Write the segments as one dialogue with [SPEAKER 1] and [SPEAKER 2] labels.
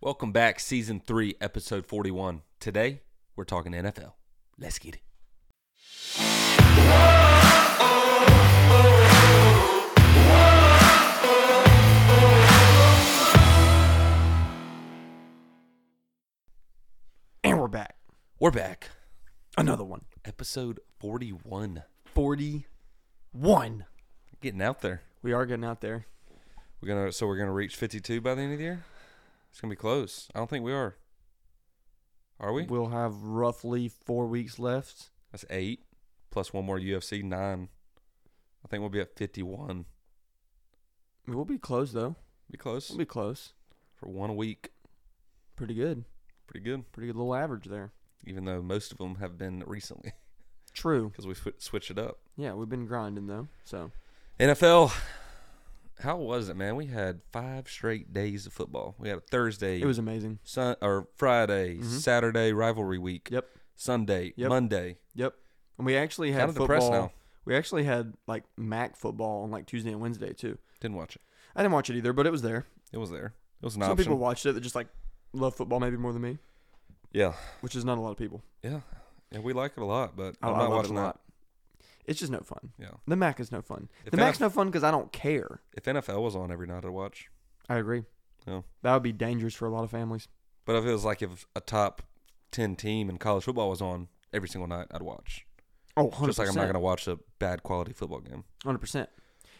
[SPEAKER 1] Welcome back, season three, episode 41. Today, we're talking NFL. Let's get it.
[SPEAKER 2] And we're back.
[SPEAKER 1] We're back.
[SPEAKER 2] Another one.
[SPEAKER 1] Episode 41.
[SPEAKER 2] 41.
[SPEAKER 1] Getting out there.
[SPEAKER 2] We are getting out there.
[SPEAKER 1] We're gonna so we're gonna reach 52 by the end of the year. It's gonna be close. I don't think we are. Are we?
[SPEAKER 2] We'll have roughly four weeks left.
[SPEAKER 1] That's eight plus one more UFC nine. I think we'll be at 51.
[SPEAKER 2] We'll be close, though.
[SPEAKER 1] Be close
[SPEAKER 2] We'll be close.
[SPEAKER 1] for one week.
[SPEAKER 2] Pretty good.
[SPEAKER 1] Pretty good.
[SPEAKER 2] Pretty good little average there.
[SPEAKER 1] Even though most of them have been recently
[SPEAKER 2] True.
[SPEAKER 1] because we swi- switched it up.
[SPEAKER 2] Yeah, we've been grinding, though. So,
[SPEAKER 1] NFL. How was it, man? We had five straight days of football. We had a Thursday,
[SPEAKER 2] it was amazing.
[SPEAKER 1] Sun or Friday,
[SPEAKER 2] Mhm.
[SPEAKER 1] Saturday rivalry week.
[SPEAKER 2] Yep.
[SPEAKER 1] Sunday,
[SPEAKER 2] Yep.
[SPEAKER 1] Monday.
[SPEAKER 2] Yep. And we actually had
[SPEAKER 1] Kind of depressed
[SPEAKER 2] football.
[SPEAKER 1] now.
[SPEAKER 2] We actually had like Mac football on like Tuesday and Wednesday too.
[SPEAKER 1] Didn't watch it.
[SPEAKER 2] I didn't watch it either, but it was there.
[SPEAKER 1] It was there. It was an
[SPEAKER 2] Some
[SPEAKER 1] option.
[SPEAKER 2] people watched it that just like love football maybe more than me,
[SPEAKER 1] yeah,
[SPEAKER 2] which is not a lot of people.
[SPEAKER 1] yeah, yeah. We like it a lot, but
[SPEAKER 2] I,
[SPEAKER 1] I'm
[SPEAKER 2] I
[SPEAKER 1] not
[SPEAKER 2] love
[SPEAKER 1] watching
[SPEAKER 2] it a
[SPEAKER 1] that.
[SPEAKER 2] lot. It's just no fun.
[SPEAKER 1] Yeah.
[SPEAKER 2] The Mac is no fun.
[SPEAKER 1] If
[SPEAKER 2] the
[SPEAKER 1] NF
[SPEAKER 2] Mac's no fun because I don't care.
[SPEAKER 1] if NFL was on every night, I'd watch.
[SPEAKER 2] I agree.
[SPEAKER 1] Yeah.
[SPEAKER 2] That would be dangerous for a lot of families.
[SPEAKER 1] But if it was like if a top ten team in college football was on every single night, I'd watch.
[SPEAKER 2] Oh, 100%.
[SPEAKER 1] Just like I'm not gonna watch a bad quality football game.
[SPEAKER 2] 100%.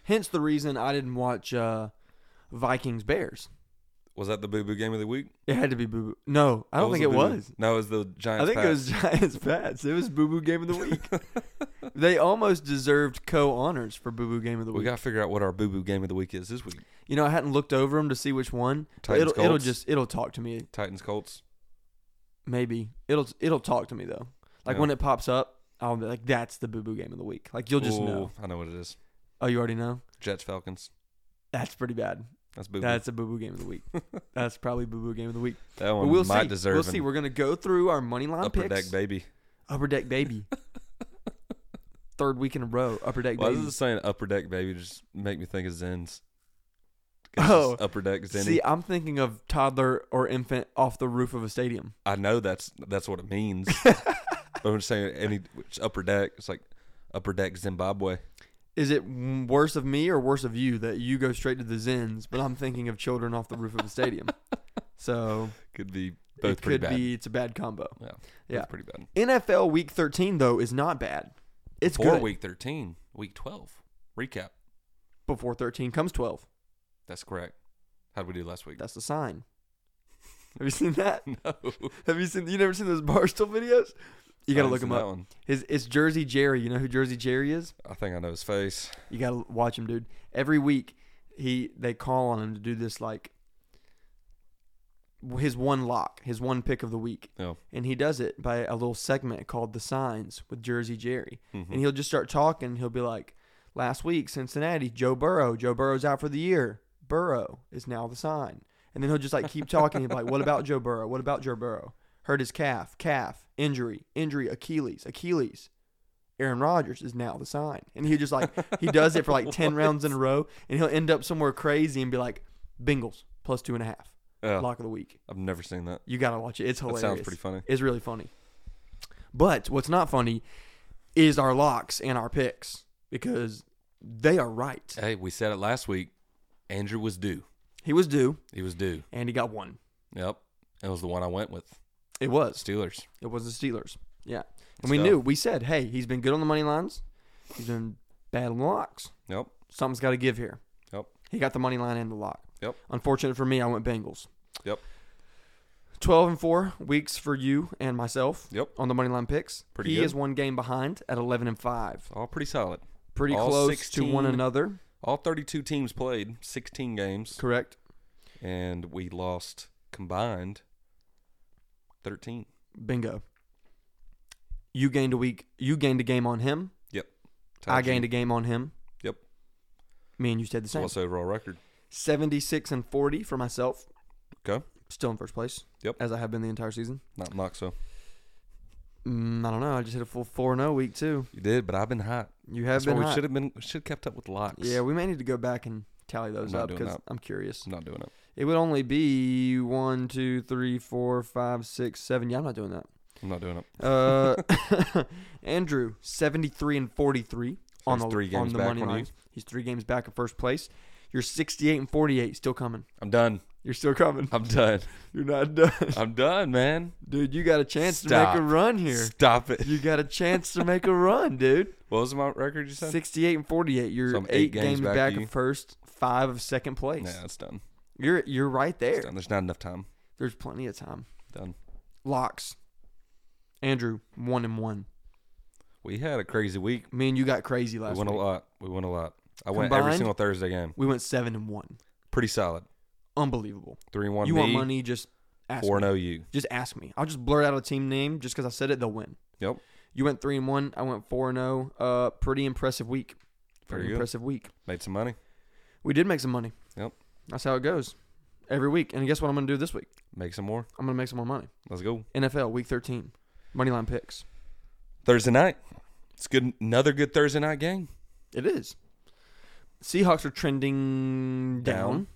[SPEAKER 2] Hence the reason I didn't watch uh, Vikings Bears.
[SPEAKER 1] Was that the boo boo game of the week?
[SPEAKER 2] It had to be Boo Boo. No, I don't
[SPEAKER 1] What
[SPEAKER 2] think it
[SPEAKER 1] the boo-boo?
[SPEAKER 2] was.
[SPEAKER 1] No, it was the Giants.
[SPEAKER 2] I think it
[SPEAKER 1] Pats.
[SPEAKER 2] was Giants Pats. It was Boo Boo Game of the Week. they almost deserved co honors for Boo Boo Game of the
[SPEAKER 1] We
[SPEAKER 2] Week.
[SPEAKER 1] gotta figure out what our boo boo game of the week is this week.
[SPEAKER 2] you know, I hadn't looked over them to see which one. but
[SPEAKER 1] Titans,
[SPEAKER 2] it'll, it'll
[SPEAKER 1] Colts?
[SPEAKER 2] just it'll talk to me.
[SPEAKER 1] Titans Colts.
[SPEAKER 2] Maybe it'll it'll talk to me though. Like
[SPEAKER 1] Yeah.
[SPEAKER 2] when it pops up, I'll be like, "That's the Boo Boo Game of the Week." Like you'll just
[SPEAKER 1] Ooh,
[SPEAKER 2] know.
[SPEAKER 1] I know what it is.
[SPEAKER 2] Oh, you already know.
[SPEAKER 1] Jets Falcons.
[SPEAKER 2] That's pretty bad.
[SPEAKER 1] That's boo boo.
[SPEAKER 2] That's a Boo Boo Game of the Week. That's probably Boo Boo Game of the Week.
[SPEAKER 1] that
[SPEAKER 2] But
[SPEAKER 1] one
[SPEAKER 2] we'll
[SPEAKER 1] might
[SPEAKER 2] see.
[SPEAKER 1] deserve
[SPEAKER 2] we'll
[SPEAKER 1] an
[SPEAKER 2] see. We're gonna go through our money line
[SPEAKER 1] upper
[SPEAKER 2] picks.
[SPEAKER 1] deck baby.
[SPEAKER 2] upper deck baby. Third week in a row. Upper deck
[SPEAKER 1] Why
[SPEAKER 2] baby.
[SPEAKER 1] does it saying upper deck baby just make me think of Zens?
[SPEAKER 2] Oh,
[SPEAKER 1] upper deck Zenny.
[SPEAKER 2] See, I'm thinking of toddler or infant off the roof of a stadium.
[SPEAKER 1] I know that's that's what it means. but I'm just saying any it's upper deck. It's like upper deck Zimbabwe.
[SPEAKER 2] Is it m- worse of me or worse of you that you go straight to the Zens, but I'm thinking of children off the roof of a stadium? So
[SPEAKER 1] Could be both pretty
[SPEAKER 2] it could
[SPEAKER 1] bad.
[SPEAKER 2] be it's a bad combo.
[SPEAKER 1] yeah, both
[SPEAKER 2] yeah.
[SPEAKER 1] pretty bad.
[SPEAKER 2] NFL Week 13 though is not bad. It's
[SPEAKER 1] Before
[SPEAKER 2] good.
[SPEAKER 1] week thirteen, week twelve recap.
[SPEAKER 2] Before 13 comes 12.
[SPEAKER 1] That's correct. How would we do last week?
[SPEAKER 2] That's the sign. Have you seen that?
[SPEAKER 1] no,
[SPEAKER 2] Have you seen? You never seen those Barstool videos? You gotta
[SPEAKER 1] I
[SPEAKER 2] look
[SPEAKER 1] didn't
[SPEAKER 2] him
[SPEAKER 1] see that
[SPEAKER 2] up.
[SPEAKER 1] one.
[SPEAKER 2] His it's Jersey Jerry. You know who Jersey Jerry is?
[SPEAKER 1] I think I know his face.
[SPEAKER 2] You gotta watch him, dude. Every week, he they call on him to do this like his one lock, his one pick of the week,
[SPEAKER 1] Oh,
[SPEAKER 2] and he does it by a little segment called "The Signs" with Jersey Jerry,
[SPEAKER 1] Mhm.
[SPEAKER 2] and he'll just start talking. He'll be like, "Last week, Cincinnati, Joe Burrow. Joe Burrow's out for the year. Burrow is now the sign." And then he'll just like keep talking. He'll be like, "What about Joe Burrow? What about Joe Burrow? Hurt his calf, calf injury, injury, Achilles, Achilles." Aaron Rodgers is now the sign. And he just like he does it for like ten rounds in a row, and he'll end up somewhere crazy and be like, "Bengals plus two and a half,
[SPEAKER 1] yeah.
[SPEAKER 2] lock of the week."
[SPEAKER 1] I've never seen that.
[SPEAKER 2] You gotta watch it. It's
[SPEAKER 1] Oh. That
[SPEAKER 2] hilarious.
[SPEAKER 1] sounds pretty funny.
[SPEAKER 2] It's really funny. But what's not funny is our locks and our picks because they are right.
[SPEAKER 1] Hey, we said it last week. Andrew was due.
[SPEAKER 2] He was due
[SPEAKER 1] He was due.
[SPEAKER 2] and he got one.
[SPEAKER 1] Yep. That was the one I went with.
[SPEAKER 2] It was.
[SPEAKER 1] Steelers.
[SPEAKER 2] It was the Steelers. Yeah.
[SPEAKER 1] Let's
[SPEAKER 2] And we
[SPEAKER 1] go.
[SPEAKER 2] knew. We said, hey, he's been good on the money lines. He's been bad on the locks.
[SPEAKER 1] Yep.
[SPEAKER 2] Something's got to give here.
[SPEAKER 1] Yep.
[SPEAKER 2] He got the money line and the lock.
[SPEAKER 1] Yep.
[SPEAKER 2] Unfortunate for me, I went Bengals.
[SPEAKER 1] Yep.
[SPEAKER 2] 12 and 4 weeks for you and myself
[SPEAKER 1] Yep.
[SPEAKER 2] on the money line picks.
[SPEAKER 1] Pretty
[SPEAKER 2] he
[SPEAKER 1] good.
[SPEAKER 2] is one game behind at 11 and 5.
[SPEAKER 1] All pretty solid.
[SPEAKER 2] Pretty
[SPEAKER 1] All
[SPEAKER 2] close to
[SPEAKER 1] 16.
[SPEAKER 2] one another.
[SPEAKER 1] All 32 teams played, 16 games,
[SPEAKER 2] Correct.
[SPEAKER 1] and we lost combined 13.
[SPEAKER 2] Bingo. You gained a week. You gained a game on him. I gained a game on him.
[SPEAKER 1] Yep.
[SPEAKER 2] Me and you stayed the same.
[SPEAKER 1] What's the overall record?
[SPEAKER 2] Seventy-six and forty for myself.
[SPEAKER 1] Okay.
[SPEAKER 2] Still in first place.
[SPEAKER 1] Yep.
[SPEAKER 2] As I have been the entire season.
[SPEAKER 1] Not mock so.
[SPEAKER 2] Mm, I don't know. I just hit a full four and zero week too.
[SPEAKER 1] You did, but I've been hot.
[SPEAKER 2] You
[SPEAKER 1] That's
[SPEAKER 2] have been.
[SPEAKER 1] why we
[SPEAKER 2] hot.
[SPEAKER 1] should have been should have kept up with locks.
[SPEAKER 2] Yeah, we may need to go back and tally those
[SPEAKER 1] I'm not
[SPEAKER 2] up
[SPEAKER 1] doing
[SPEAKER 2] because
[SPEAKER 1] that.
[SPEAKER 2] I'm curious.
[SPEAKER 1] I'm not doing it.
[SPEAKER 2] It would only be one, two, three, four, five, six, seven. Yeah, I'm not doing that.
[SPEAKER 1] I'm not doing it.
[SPEAKER 2] Uh, Andrew, 73 and 43
[SPEAKER 1] So
[SPEAKER 2] on
[SPEAKER 1] he's
[SPEAKER 2] the,
[SPEAKER 1] three
[SPEAKER 2] on
[SPEAKER 1] games
[SPEAKER 2] the
[SPEAKER 1] back
[SPEAKER 2] money
[SPEAKER 1] on you.
[SPEAKER 2] line. He's three games back in first place. You're 68 and 48, still coming.
[SPEAKER 1] I'm done.
[SPEAKER 2] You're still coming.
[SPEAKER 1] I'm done.
[SPEAKER 2] You're not done.
[SPEAKER 1] I'm done, man.
[SPEAKER 2] Dude, you got a chance to
[SPEAKER 1] Stop.
[SPEAKER 2] make a run here.
[SPEAKER 1] Stop it.
[SPEAKER 2] You got a chance to make a run, dude.
[SPEAKER 1] What was my record you said?
[SPEAKER 2] 68 and 48. You're
[SPEAKER 1] So I'm
[SPEAKER 2] eight, games, back,
[SPEAKER 1] to
[SPEAKER 2] of
[SPEAKER 1] you.
[SPEAKER 2] first, five of second place.
[SPEAKER 1] Nah, it's done.
[SPEAKER 2] You're you're right
[SPEAKER 1] It's
[SPEAKER 2] there.
[SPEAKER 1] done. There's not enough time.
[SPEAKER 2] There's plenty of time.
[SPEAKER 1] Done.
[SPEAKER 2] Locks. Andrew, one and one.
[SPEAKER 1] We had a crazy week.
[SPEAKER 2] Me and you got crazy last
[SPEAKER 1] we won
[SPEAKER 2] week.
[SPEAKER 1] a lot. We won a lot. I went every
[SPEAKER 2] Combined?
[SPEAKER 1] single Thursday game.
[SPEAKER 2] We went seven and one.
[SPEAKER 1] Pretty solid.
[SPEAKER 2] Unbelievable.
[SPEAKER 1] Three and one.
[SPEAKER 2] you
[SPEAKER 1] me,
[SPEAKER 2] want money? Just ask
[SPEAKER 1] Four
[SPEAKER 2] me.
[SPEAKER 1] and oh you.
[SPEAKER 2] Just ask me. I'll just blurt out a team name just because I said it. They'll win.
[SPEAKER 1] Yep.
[SPEAKER 2] You went three and one. I went four and zero. Uh, pretty impressive week. Pretty
[SPEAKER 1] Very good.
[SPEAKER 2] impressive week.
[SPEAKER 1] Made some money.
[SPEAKER 2] We did make some money.
[SPEAKER 1] Yep.
[SPEAKER 2] That's how it goes. Every week. And guess what I'm gonna do this week?
[SPEAKER 1] Make some more.
[SPEAKER 2] I'm gonna make some more money.
[SPEAKER 1] Let's go.
[SPEAKER 2] NFL Week 13, moneyline picks.
[SPEAKER 1] Thursday night. It's good. Another good Thursday night game.
[SPEAKER 2] It is. Seahawks are trending down.
[SPEAKER 1] Down.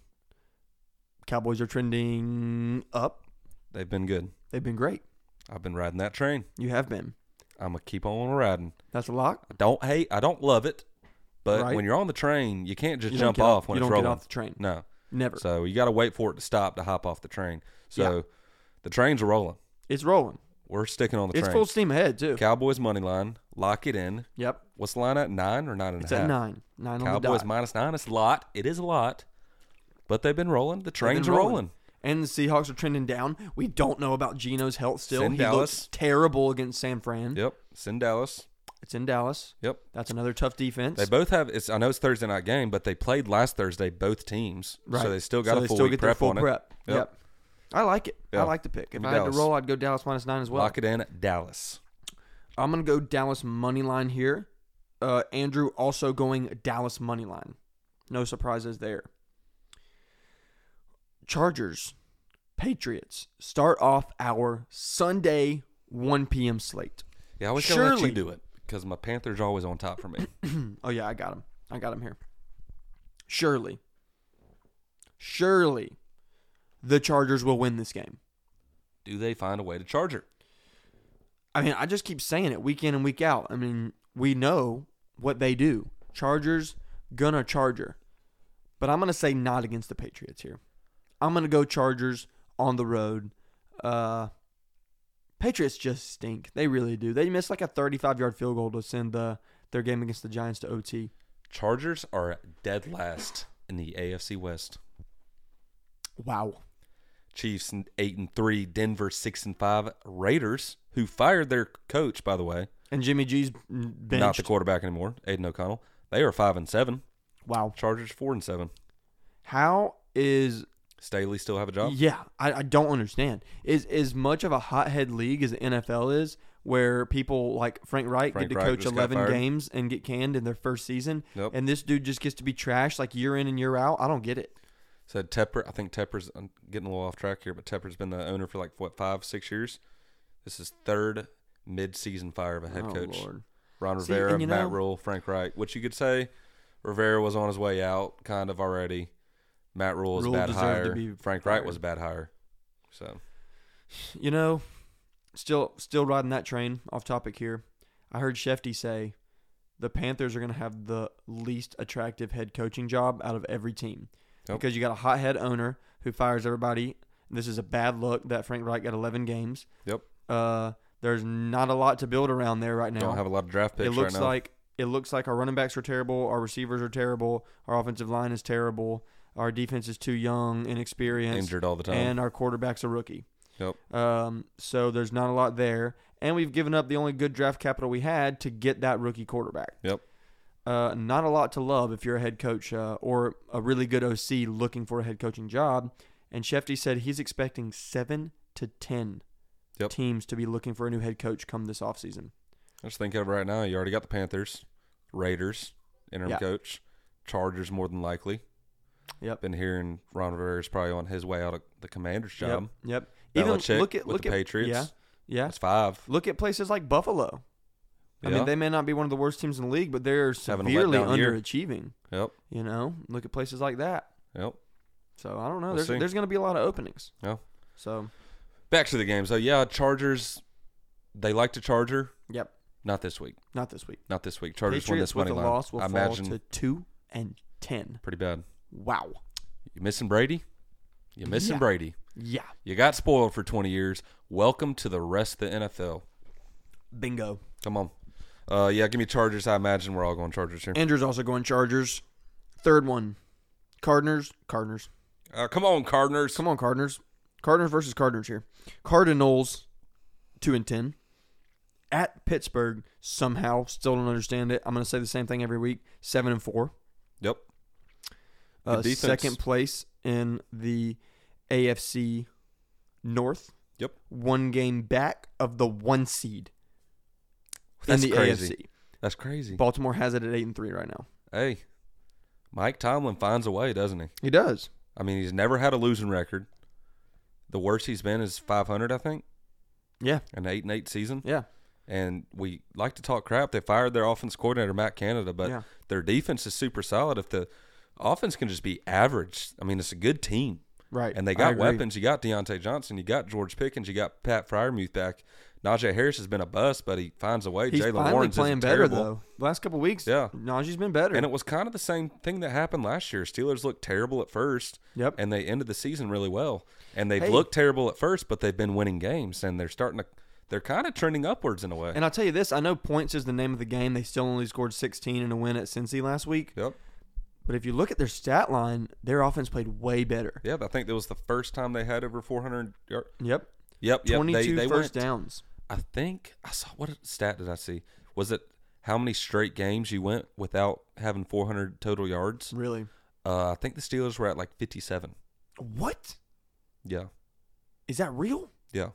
[SPEAKER 2] Cowboys are trending up.
[SPEAKER 1] They've been good.
[SPEAKER 2] They've been great.
[SPEAKER 1] I've been riding that train.
[SPEAKER 2] You have been.
[SPEAKER 1] I'm gonna keep on riding.
[SPEAKER 2] That's a lock.
[SPEAKER 1] I don't hate. I don't love it. But
[SPEAKER 2] Right.
[SPEAKER 1] when you're on the train, you can't just
[SPEAKER 2] You don't
[SPEAKER 1] jump
[SPEAKER 2] get
[SPEAKER 1] off when
[SPEAKER 2] you
[SPEAKER 1] it's
[SPEAKER 2] don't
[SPEAKER 1] rolling.
[SPEAKER 2] get off the train.
[SPEAKER 1] No.
[SPEAKER 2] Never.
[SPEAKER 1] So you got to wait for it to stop to hop off the train. So the train's rolling.
[SPEAKER 2] It's rolling.
[SPEAKER 1] We're sticking on the
[SPEAKER 2] It's
[SPEAKER 1] train.
[SPEAKER 2] full steam ahead too.
[SPEAKER 1] Cowboys money line. Lock it in.
[SPEAKER 2] yep.
[SPEAKER 1] What's the line at? Nine or nine and a
[SPEAKER 2] It's
[SPEAKER 1] half?
[SPEAKER 2] at nine. Nine on the
[SPEAKER 1] Cowboys
[SPEAKER 2] dot.
[SPEAKER 1] minus nine. It's a lot. It is a lot. But they've been rolling. The
[SPEAKER 2] They've been
[SPEAKER 1] train's rolling.
[SPEAKER 2] And the Seahawks are trending down. We don't know about Geno's health still.
[SPEAKER 1] Send
[SPEAKER 2] he looks
[SPEAKER 1] Dallas.
[SPEAKER 2] terrible against San Fran.
[SPEAKER 1] Yep. It's in Dallas.
[SPEAKER 2] It's in Dallas.
[SPEAKER 1] Yep.
[SPEAKER 2] That's another tough defense.
[SPEAKER 1] They both have. It's. I know it's Thursday night game, but they played last Thursday. Both teams. So they still got
[SPEAKER 2] So
[SPEAKER 1] a
[SPEAKER 2] they
[SPEAKER 1] full
[SPEAKER 2] still
[SPEAKER 1] week
[SPEAKER 2] get their
[SPEAKER 1] prep
[SPEAKER 2] full
[SPEAKER 1] on
[SPEAKER 2] prep.
[SPEAKER 1] Yep.
[SPEAKER 2] Yep. I like it.
[SPEAKER 1] Yeah.
[SPEAKER 2] I like the pick. If
[SPEAKER 1] Give me
[SPEAKER 2] I had
[SPEAKER 1] Dallas.
[SPEAKER 2] to roll, I'd go Dallas minus nine as
[SPEAKER 1] it.
[SPEAKER 2] well.
[SPEAKER 1] Lock it in at Dallas.
[SPEAKER 2] I'm gonna go Dallas money line here. Uh, Andrew also going Dallas money line. No surprises there. Chargers, Patriots start off our Sunday 1 p.m. slate.
[SPEAKER 1] Yeah, I was gonna let you
[SPEAKER 2] Surely.
[SPEAKER 1] do it because my Panthers are always on top for me.
[SPEAKER 2] Oh yeah, I got him. I got him here. Surely, surely, the Chargers will win this game.
[SPEAKER 1] do they find a way to charge her?
[SPEAKER 2] I mean, I just keep saying it week in and week out. I mean, we know what they do. Chargers gonna Charger, but I'm gonna say not against the Patriots here. I'm gonna go Chargers on the road. Uh, Patriots just stink. They really do. They missed like a 35 yard field goal to send the their game against the Giants to OT.
[SPEAKER 1] Chargers are dead last in the AFC West.
[SPEAKER 2] Wow.
[SPEAKER 1] Chiefs n- eight and three, Denver six and five, Raiders who fired their coach by the way,
[SPEAKER 2] And Jimmy G's benched.
[SPEAKER 1] not the quarterback anymore, Aiden O'Connell. They are five and seven.
[SPEAKER 2] wow.
[SPEAKER 1] Chargers four and seven.
[SPEAKER 2] How is
[SPEAKER 1] Staley still have a job.
[SPEAKER 2] Yeah, I, I don't understand. Is as much of a hothead league as the NFL is, where people like Frank Wright
[SPEAKER 1] Frank
[SPEAKER 2] get to
[SPEAKER 1] Wright
[SPEAKER 2] coach
[SPEAKER 1] just got
[SPEAKER 2] eleven
[SPEAKER 1] fired.
[SPEAKER 2] games and get canned in their first season,
[SPEAKER 1] Yep.
[SPEAKER 2] and this dude just gets to be trashed like year in and year out. I don't get it.
[SPEAKER 1] Said Tepper. I think Tepper's I'm getting a little off track here, but Tepper's been the owner for like what five six years. This is third mid-season fire of a head
[SPEAKER 2] oh
[SPEAKER 1] coach.
[SPEAKER 2] lord,
[SPEAKER 1] Ron
[SPEAKER 2] See,
[SPEAKER 1] Rivera,
[SPEAKER 2] and you know-
[SPEAKER 1] Matt Rule, Frank Wright. Which you could say Rivera was on his way out, kind of already. Matt Rule was
[SPEAKER 2] Rule
[SPEAKER 1] a bad
[SPEAKER 2] deserved
[SPEAKER 1] hire.
[SPEAKER 2] to be
[SPEAKER 1] Frank Wright
[SPEAKER 2] fired.
[SPEAKER 1] was a bad hire. So
[SPEAKER 2] you know, still still riding that train. Off topic here. I heard Shefty say the Panthers are going to have the least attractive head coaching job out of every team
[SPEAKER 1] Yep.
[SPEAKER 2] because you got a hothead owner who fires everybody. This is a bad look that Frank Wright got 11 games.
[SPEAKER 1] Yep.
[SPEAKER 2] Uh, there's not a lot to build around there right now.
[SPEAKER 1] don't have a lot of draft picks
[SPEAKER 2] it looks
[SPEAKER 1] right now.
[SPEAKER 2] like it looks like our running backs are terrible, our receivers are terrible, our offensive line is terrible, our defense is too young, inexperienced,
[SPEAKER 1] Injured all the time.
[SPEAKER 2] and our quarterback's a rookie.
[SPEAKER 1] Yep.
[SPEAKER 2] Um, so there's not a lot there, and we've given up the only good draft capital we had to get that rookie quarterback.
[SPEAKER 1] Yep.
[SPEAKER 2] Uh, not a lot to love if you're a head coach uh, or a really good OC looking for a head coaching job. And Shefty said he's expecting seven to ten
[SPEAKER 1] Yep.
[SPEAKER 2] teams to be looking for a new head coach come this offseason.
[SPEAKER 1] I just think of it right now. You already got the Panthers, Raiders, interim
[SPEAKER 2] Yeah.
[SPEAKER 1] coach, Chargers more than likely.
[SPEAKER 2] Yep.
[SPEAKER 1] Been hearing Ron Rivera's probably on his way out of the Commander's job.
[SPEAKER 2] Yep. yep.
[SPEAKER 1] Belichick with the Patriots.
[SPEAKER 2] Yeah. Yeah.
[SPEAKER 1] That's five.
[SPEAKER 2] Look at places like Buffalo. I
[SPEAKER 1] Yeah.
[SPEAKER 2] mean, they may not be one of the worst teams in the league, but they're
[SPEAKER 1] Having a
[SPEAKER 2] severely
[SPEAKER 1] letdown year.
[SPEAKER 2] underachieving.
[SPEAKER 1] Yep.
[SPEAKER 2] You know, look at places like that.
[SPEAKER 1] Yep.
[SPEAKER 2] So I don't know.
[SPEAKER 1] We'll
[SPEAKER 2] there's
[SPEAKER 1] see.
[SPEAKER 2] there's going to be a lot of openings.
[SPEAKER 1] Yeah.
[SPEAKER 2] So
[SPEAKER 1] Back to the game. So yeah, Chargers. They like to Charger.
[SPEAKER 2] Yep.
[SPEAKER 1] Not this week.
[SPEAKER 2] not this week.
[SPEAKER 1] Not this week. Chargers won
[SPEAKER 2] Patriots
[SPEAKER 1] this
[SPEAKER 2] with
[SPEAKER 1] money
[SPEAKER 2] a
[SPEAKER 1] line.
[SPEAKER 2] loss will
[SPEAKER 1] I
[SPEAKER 2] fall
[SPEAKER 1] imagine
[SPEAKER 2] to two and ten.
[SPEAKER 1] pretty bad.
[SPEAKER 2] Wow.
[SPEAKER 1] You missing Brady? You missing
[SPEAKER 2] Yeah.
[SPEAKER 1] Brady?
[SPEAKER 2] Yeah.
[SPEAKER 1] You got spoiled for 20 years. Welcome to the rest of the NFL.
[SPEAKER 2] Bingo.
[SPEAKER 1] Come on. Uh, yeah, give me Chargers. I imagine we're all going Chargers here.
[SPEAKER 2] Andrew's also going Chargers. Third one, Cardinals. Cardinals.
[SPEAKER 1] Uh, come on, Cardinals.
[SPEAKER 2] Come on, Cardinals. Cardinals versus Cardinals here. Cardinals, two and ten, at Pittsburgh. Somehow, still don't understand it. I'm going to say the same thing every week. Seven and four.
[SPEAKER 1] Yep.
[SPEAKER 2] Uh,
[SPEAKER 1] Good defense.
[SPEAKER 2] second place in the AFC North.
[SPEAKER 1] Yep.
[SPEAKER 2] One game back of the one seed
[SPEAKER 1] That's
[SPEAKER 2] in the
[SPEAKER 1] crazy.
[SPEAKER 2] AFC.
[SPEAKER 1] That's crazy.
[SPEAKER 2] Baltimore has it at eight and three right now.
[SPEAKER 1] Hey, Mike Tomlin finds a way, doesn't he?
[SPEAKER 2] He does.
[SPEAKER 1] I mean, he's never had a losing record. The worst he's been is 500, I think,
[SPEAKER 2] Yeah.
[SPEAKER 1] an eight and eight season.
[SPEAKER 2] Yeah.
[SPEAKER 1] And we like to talk crap. They fired their offense coordinator, Matt Canada, but
[SPEAKER 2] Yeah.
[SPEAKER 1] their defense is super solid. If the offense can just be average, I mean, it's a good team.
[SPEAKER 2] Right.
[SPEAKER 1] And they
[SPEAKER 2] I
[SPEAKER 1] got
[SPEAKER 2] agree.
[SPEAKER 1] weapons. You got Deontay Johnson. You got George Pickens. You got Pat Fryermuth back. Najee Harris has been a bust, but he finds a way.
[SPEAKER 2] He's
[SPEAKER 1] Jalen
[SPEAKER 2] finally
[SPEAKER 1] Warren's
[SPEAKER 2] playing
[SPEAKER 1] isn't
[SPEAKER 2] better
[SPEAKER 1] terrible.
[SPEAKER 2] though. Last couple weeks,
[SPEAKER 1] Yeah.
[SPEAKER 2] Najee's been better.
[SPEAKER 1] And it was kind of the same thing that happened last year. Steelers looked terrible at first,
[SPEAKER 2] yep.
[SPEAKER 1] and they ended the season really well. And they've
[SPEAKER 2] Hey.
[SPEAKER 1] looked terrible at first, but they've been winning games, and they're starting to. They're kind of trending upwards in a way.
[SPEAKER 2] And I'll tell you this: I know points is the name of the game. They still only scored 16 in a win at Cincy last week.
[SPEAKER 1] Yep.
[SPEAKER 2] But if you look at their stat line, their offense played way better.
[SPEAKER 1] Yeah, I think that was the first time they had over 400. Yard.
[SPEAKER 2] Yep.
[SPEAKER 1] Yep, yep.
[SPEAKER 2] 22
[SPEAKER 1] they, they
[SPEAKER 2] first
[SPEAKER 1] went,
[SPEAKER 2] downs.
[SPEAKER 1] I think I saw what stat did I see? Was it how many straight games you went without having 400 total yards?
[SPEAKER 2] Really?
[SPEAKER 1] Uh, I think the Steelers were at like 57.
[SPEAKER 2] What
[SPEAKER 1] Yeah,
[SPEAKER 2] is that real?
[SPEAKER 1] yeah.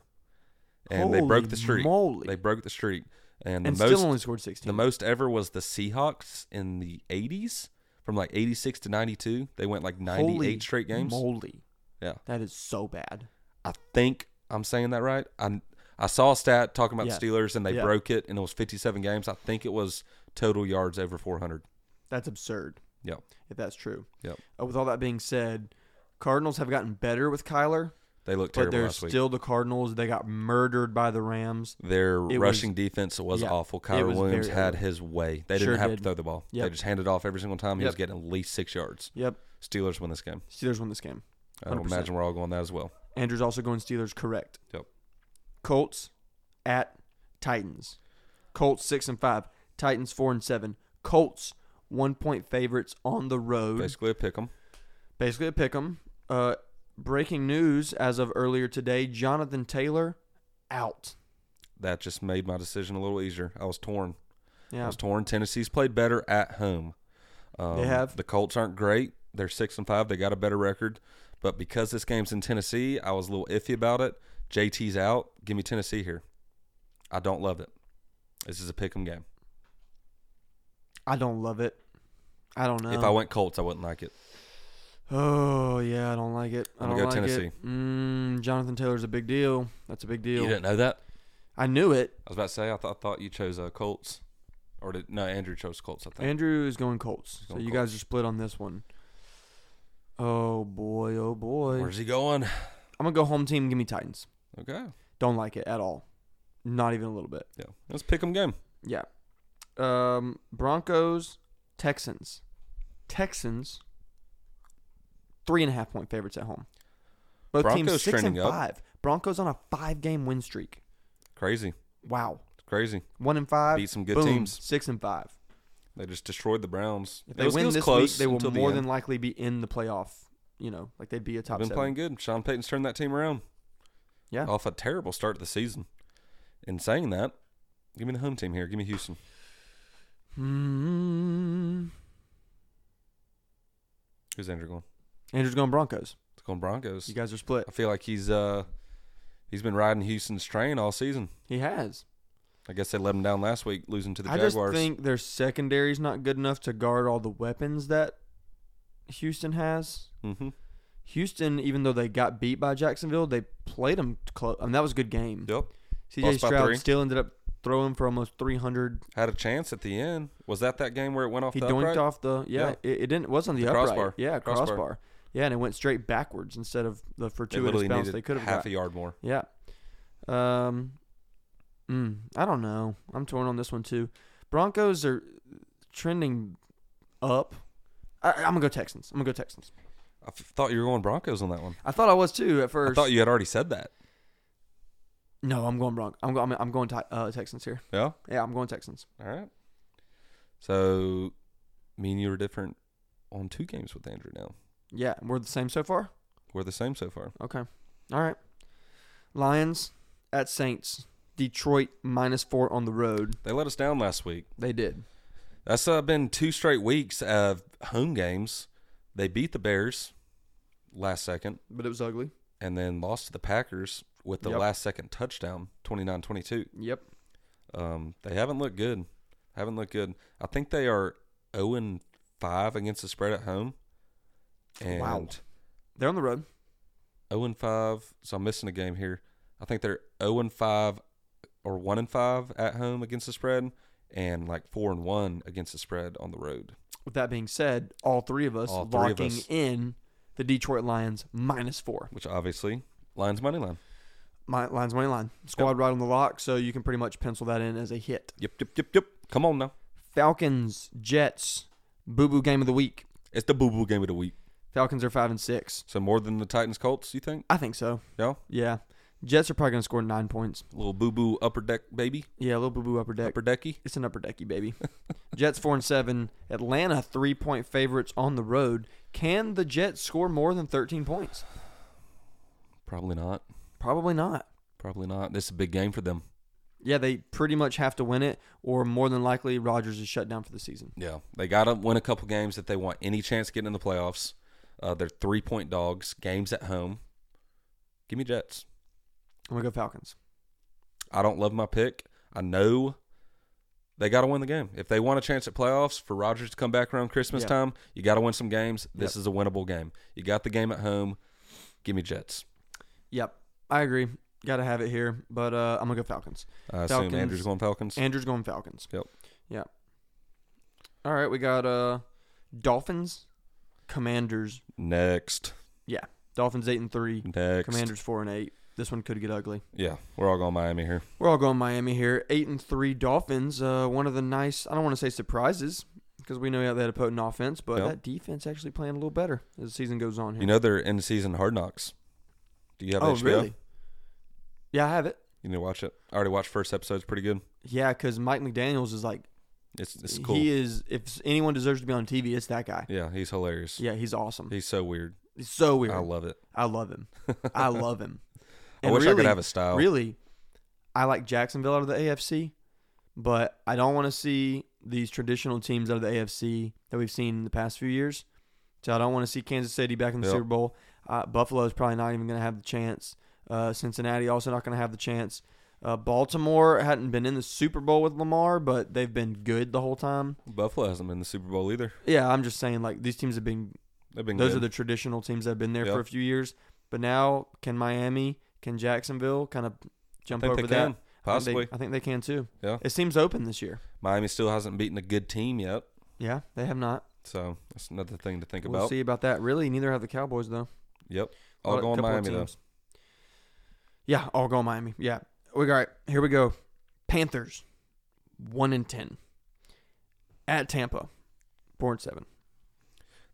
[SPEAKER 1] And they broke the streak.
[SPEAKER 2] Moly.
[SPEAKER 1] They broke the streak, and the
[SPEAKER 2] and
[SPEAKER 1] most
[SPEAKER 2] still only scored 16.
[SPEAKER 1] the most ever was the Seahawks in the 80s, from like 86 to 92. They went like 98
[SPEAKER 2] Holy
[SPEAKER 1] straight games.
[SPEAKER 2] Moly.
[SPEAKER 1] Yeah.
[SPEAKER 2] That is so bad.
[SPEAKER 1] I think I'm saying that right. I I saw a stat talking about
[SPEAKER 2] Yeah.
[SPEAKER 1] the Steelers and they
[SPEAKER 2] Yeah.
[SPEAKER 1] broke it, and it was 57 games. I think it was total yards over 400.
[SPEAKER 2] That's absurd.
[SPEAKER 1] Yep.
[SPEAKER 2] If that's true.
[SPEAKER 1] Yep.
[SPEAKER 2] Uh, with all that being said, Cardinals have gotten better with Kyler,
[SPEAKER 1] They looked
[SPEAKER 2] but
[SPEAKER 1] terrible
[SPEAKER 2] they're
[SPEAKER 1] last week.
[SPEAKER 2] still the Cardinals. They got murdered by the Rams.
[SPEAKER 1] Their
[SPEAKER 2] It
[SPEAKER 1] rushing defense was
[SPEAKER 2] yeah,
[SPEAKER 1] awful.
[SPEAKER 2] it
[SPEAKER 1] Kyra
[SPEAKER 2] was
[SPEAKER 1] Williams
[SPEAKER 2] very
[SPEAKER 1] had
[SPEAKER 2] ugly.
[SPEAKER 1] his way. They
[SPEAKER 2] Sure
[SPEAKER 1] didn't have
[SPEAKER 2] did.
[SPEAKER 1] to throw the ball.
[SPEAKER 2] Yep.
[SPEAKER 1] They just handed off every single time. He was
[SPEAKER 2] Yep.
[SPEAKER 1] getting at least six yards.
[SPEAKER 2] Yep.
[SPEAKER 1] Steelers win this game.
[SPEAKER 2] Steelers won this game.
[SPEAKER 1] I would
[SPEAKER 2] 100%.
[SPEAKER 1] imagine we're all going that as well.
[SPEAKER 2] Andrew's also going Steelers, correct.
[SPEAKER 1] Yep.
[SPEAKER 2] Colts at Titans. Colts six and five. Titans four and seven. Colts one point favorites on the road.
[SPEAKER 1] Basically,
[SPEAKER 2] Basically,
[SPEAKER 1] a pick 'em.
[SPEAKER 2] a pick 'em. Uh, breaking news as of earlier today: Jonathan Taylor out.
[SPEAKER 1] That just made my decision a little easier. I was torn. I
[SPEAKER 2] Yeah.
[SPEAKER 1] was torn. Tennessee's played better at home. Um,
[SPEAKER 2] They have.
[SPEAKER 1] The Colts aren't great. They're six and five. They got a better record, but because this game's in Tennessee, I was a little iffy about it. JT's out. Give me Tennessee here. I don't love it. This is a pick'em game.
[SPEAKER 2] I don't love it. I don't know.
[SPEAKER 1] If I went Colts, I wouldn't like it.
[SPEAKER 2] oh yeah, I don't like it. I
[SPEAKER 1] I'm
[SPEAKER 2] don't
[SPEAKER 1] gonna
[SPEAKER 2] like
[SPEAKER 1] go
[SPEAKER 2] it. Mm, Jonathan Taylor's a big deal. That's a big
[SPEAKER 1] You
[SPEAKER 2] deal.
[SPEAKER 1] didn't know that?
[SPEAKER 2] I knew it.
[SPEAKER 1] I was about to say. I, th- I thought you chose uh, Colts, or did no? Andrew chose Colts. I think.
[SPEAKER 2] Andrew is going Colts.
[SPEAKER 1] He's going
[SPEAKER 2] so you guys are split on this one. Oh boy, oh boy.
[SPEAKER 1] Where's he going?
[SPEAKER 2] I'm gonna go home team. Give me Titans.
[SPEAKER 1] Okay.
[SPEAKER 2] Don't like it at all. Not even a little bit.
[SPEAKER 1] Yeah. Let's pick'em game.
[SPEAKER 2] Yeah. Um, Broncos, Texans, Texans. Three and a half point favorites at home. Both teams
[SPEAKER 1] Broncos
[SPEAKER 2] six and
[SPEAKER 1] trending up.
[SPEAKER 2] five. Broncos on a five game win streak.
[SPEAKER 1] Crazy.
[SPEAKER 2] Wow.
[SPEAKER 1] Crazy.
[SPEAKER 2] One and five.
[SPEAKER 1] Beat some good
[SPEAKER 2] boom,
[SPEAKER 1] teams.
[SPEAKER 2] Six and five.
[SPEAKER 1] They just destroyed the Browns.
[SPEAKER 2] If
[SPEAKER 1] It
[SPEAKER 2] they
[SPEAKER 1] was- it
[SPEAKER 2] win
[SPEAKER 1] was
[SPEAKER 2] this
[SPEAKER 1] close
[SPEAKER 2] week, they will
[SPEAKER 1] until the
[SPEAKER 2] more
[SPEAKER 1] end.
[SPEAKER 2] than likely be in the playoff. You know, like they'd be a top
[SPEAKER 1] been
[SPEAKER 2] seven.
[SPEAKER 1] playing good. Sean Payton's turned that team around.
[SPEAKER 2] Yeah.
[SPEAKER 1] Off a terrible start to the season. In saying that, give me the home team here. Give me Houston.
[SPEAKER 2] Hmm.
[SPEAKER 1] Who's Andrew going?
[SPEAKER 2] Andrew's going Broncos.
[SPEAKER 1] It's going Broncos.
[SPEAKER 2] You guys are split.
[SPEAKER 1] I feel like he's uh he's been riding Houston's train all season.
[SPEAKER 2] He has.
[SPEAKER 1] I guess they let him down last week, losing to the
[SPEAKER 2] I just
[SPEAKER 1] Jaguars.
[SPEAKER 2] think their secondary's not good enough to guard all the weapons that Houston has.
[SPEAKER 1] mm-hmm.
[SPEAKER 2] Houston, even though they got beat by Jacksonville, they played them close. I mean, that was a good game.
[SPEAKER 1] Yep.
[SPEAKER 2] CJ
[SPEAKER 1] Lost by
[SPEAKER 2] Stroud
[SPEAKER 1] three.
[SPEAKER 2] still ended up throwing for almost 300.
[SPEAKER 1] Had a chance at the end. Was that that game where it went off
[SPEAKER 2] He
[SPEAKER 1] the
[SPEAKER 2] doinked
[SPEAKER 1] upright?
[SPEAKER 2] off the yeah.
[SPEAKER 1] Yeah.
[SPEAKER 2] It, it didn't. It wasn't the,
[SPEAKER 1] The
[SPEAKER 2] upright.
[SPEAKER 1] crossbar.
[SPEAKER 2] Yeah, crossbar.
[SPEAKER 1] Crossbar.
[SPEAKER 2] Yeah, and it went straight backwards instead of the
[SPEAKER 1] They
[SPEAKER 2] fortuitous
[SPEAKER 1] literally
[SPEAKER 2] bounce
[SPEAKER 1] needed
[SPEAKER 2] they could have
[SPEAKER 1] half
[SPEAKER 2] got.
[SPEAKER 1] a yard more.
[SPEAKER 2] Yeah. Um, mm, I don't know. I'm torn on this one too. Broncos are trending up. I, I'm gonna go Texans. I'm gonna go Texans.
[SPEAKER 1] I f- thought you were going Broncos on that one.
[SPEAKER 2] I thought I was too at first.
[SPEAKER 1] I thought you had already said that.
[SPEAKER 2] no, I'm going Bronco. I'm going. I'm, I'm going Ti- uh, Texans here.
[SPEAKER 1] Yeah.
[SPEAKER 2] Yeah, I'm going Texans.
[SPEAKER 1] All right. So, me and you are different on two games with Andrew now.
[SPEAKER 2] Yeah, we're the same so far.
[SPEAKER 1] We're the same so far.
[SPEAKER 2] Okay. All right. Lions at Saints. Detroit minus four on the road.
[SPEAKER 1] They let us down last week.
[SPEAKER 2] They did.
[SPEAKER 1] That's uh, been two straight weeks of home games. They beat the Bears last second
[SPEAKER 2] But it was ugly.
[SPEAKER 1] and then lost to the Packers with the
[SPEAKER 2] Yep.
[SPEAKER 1] last second touchdown, 29 22.
[SPEAKER 2] Yep.
[SPEAKER 1] Um, they haven't looked good. Haven't looked good. I think they are 0 5 against the spread at home. And
[SPEAKER 2] Wow. They're on the road.
[SPEAKER 1] 0 and 5. So I'm missing a game here. I think they're 0 and 5 or 1 and 5 at home against the spread and like 4 and 1 against the spread on the road.
[SPEAKER 2] With that being said, all three of us
[SPEAKER 1] All three of
[SPEAKER 2] locking
[SPEAKER 1] us.
[SPEAKER 2] in the Detroit Lions minus four.
[SPEAKER 1] which obviously Lions money line.
[SPEAKER 2] My Lions money line. Squad right on the lock, so you can pretty much pencil that in as a hit.
[SPEAKER 1] Yep, yep, yep, yep. Come on now.
[SPEAKER 2] Falcons, Jets, boo boo game of the week.
[SPEAKER 1] It's the boo boo game of the week.
[SPEAKER 2] Falcons are five and six.
[SPEAKER 1] So more than the Titans Colts, you think?
[SPEAKER 2] I think so.
[SPEAKER 1] Yeah.
[SPEAKER 2] Yeah. Jets are probably gonna score nine points.
[SPEAKER 1] Little boo boo upper deck baby,
[SPEAKER 2] Yeah, a little boo boo upper deck.
[SPEAKER 1] upper decky.
[SPEAKER 2] It's an upper decky, baby. Jets four and seven. Atlanta three point favorites on the road. Can the Jets score more than thirteen points?
[SPEAKER 1] Probably not.
[SPEAKER 2] Probably not.
[SPEAKER 1] Probably not. This is a big game for them.
[SPEAKER 2] Yeah, they pretty much have to win it, or more than likely Rodgers is shut down for the season.
[SPEAKER 1] Yeah, they got to win a couple games if they want any chance of getting in the playoffs. Uh, they're three point dogs. Games at home. Give me Jets.
[SPEAKER 2] I'm gonna go Falcons.
[SPEAKER 1] I don't love my pick. I know they got to win the game if they want a chance at playoffs. For Rodgers to come back around Christmas
[SPEAKER 2] Yeah.
[SPEAKER 1] time, you got to win some games. This is a winnable game. You got the game at home. Give me Jets.
[SPEAKER 2] Yep, I agree. Got to have it here, but uh, I'm gonna go Falcons.
[SPEAKER 1] I
[SPEAKER 2] Falcons.
[SPEAKER 1] assume Andrew's going Falcons.
[SPEAKER 2] Andrew's going Falcons.
[SPEAKER 1] Yep.
[SPEAKER 2] Yep. All right, we got uh, Dolphins, Commanders.
[SPEAKER 1] next,
[SPEAKER 2] Dolphins eight and three.
[SPEAKER 1] next.
[SPEAKER 2] Commanders four and eight. This one could get ugly.
[SPEAKER 1] Yeah, we're all going Miami here.
[SPEAKER 2] We're all going Miami here. Eight and three Dolphins. Uh, one of the nice. I don't want to say surprises because we know they had a potent offense, but
[SPEAKER 1] Yep.
[SPEAKER 2] that defense actually playing a little better as the season goes on here.
[SPEAKER 1] You know they're in season hard knocks. Do you have
[SPEAKER 2] oh
[SPEAKER 1] HBO?
[SPEAKER 2] really? Yeah, I have it.
[SPEAKER 1] You need to watch it. I already watched first episode. It's pretty good.
[SPEAKER 2] Yeah, because Mike McDaniel's is like
[SPEAKER 1] It's it's cool.
[SPEAKER 2] he is. If anyone deserves to be on TV, it's that guy.
[SPEAKER 1] yeah, he's hilarious.
[SPEAKER 2] Yeah, he's awesome.
[SPEAKER 1] He's so weird.
[SPEAKER 2] He's so weird.
[SPEAKER 1] I love it.
[SPEAKER 2] I love him. I love him.
[SPEAKER 1] I
[SPEAKER 2] And
[SPEAKER 1] wish I could
[SPEAKER 2] really-
[SPEAKER 1] have a style.
[SPEAKER 2] Really, I like Jacksonville out of the AFC, but I don't want to see these traditional teams out of the AFC that we've seen in the past few years. So I don't want to see Kansas City back in the
[SPEAKER 1] Yep.
[SPEAKER 2] Super Bowl. Uh, Buffalo is probably not even going to have the chance. Uh, Cincinnati also not going to have the chance. Uh, Baltimore hadn't been in the Super Bowl with Lamar, but they've been good the whole time.
[SPEAKER 1] Buffalo hasn't been in the Super Bowl either.
[SPEAKER 2] Yeah, I'm just saying like these teams have been
[SPEAKER 1] They've been
[SPEAKER 2] those
[SPEAKER 1] good.
[SPEAKER 2] are the traditional teams that have been there
[SPEAKER 1] Yep.
[SPEAKER 2] for a few years. But now, can Miami, can Jacksonville kind of
[SPEAKER 1] I
[SPEAKER 2] jump
[SPEAKER 1] think
[SPEAKER 2] over
[SPEAKER 1] they
[SPEAKER 2] that?
[SPEAKER 1] can
[SPEAKER 2] I think they-
[SPEAKER 1] possibly.
[SPEAKER 2] I think they can too.
[SPEAKER 1] Yeah.
[SPEAKER 2] It seems open this year.
[SPEAKER 1] Miami still hasn't beaten a good team yet,
[SPEAKER 2] Yeah, they have not.
[SPEAKER 1] so that's another thing to think
[SPEAKER 2] we'll
[SPEAKER 1] about.
[SPEAKER 2] see about that. Really, neither have the Cowboys though.
[SPEAKER 1] Yep, all going Miami though.
[SPEAKER 2] though. Yeah, all going Miami. Yeah. We all right. Here we go. Panthers, one and ten. At Tampa, four and seven.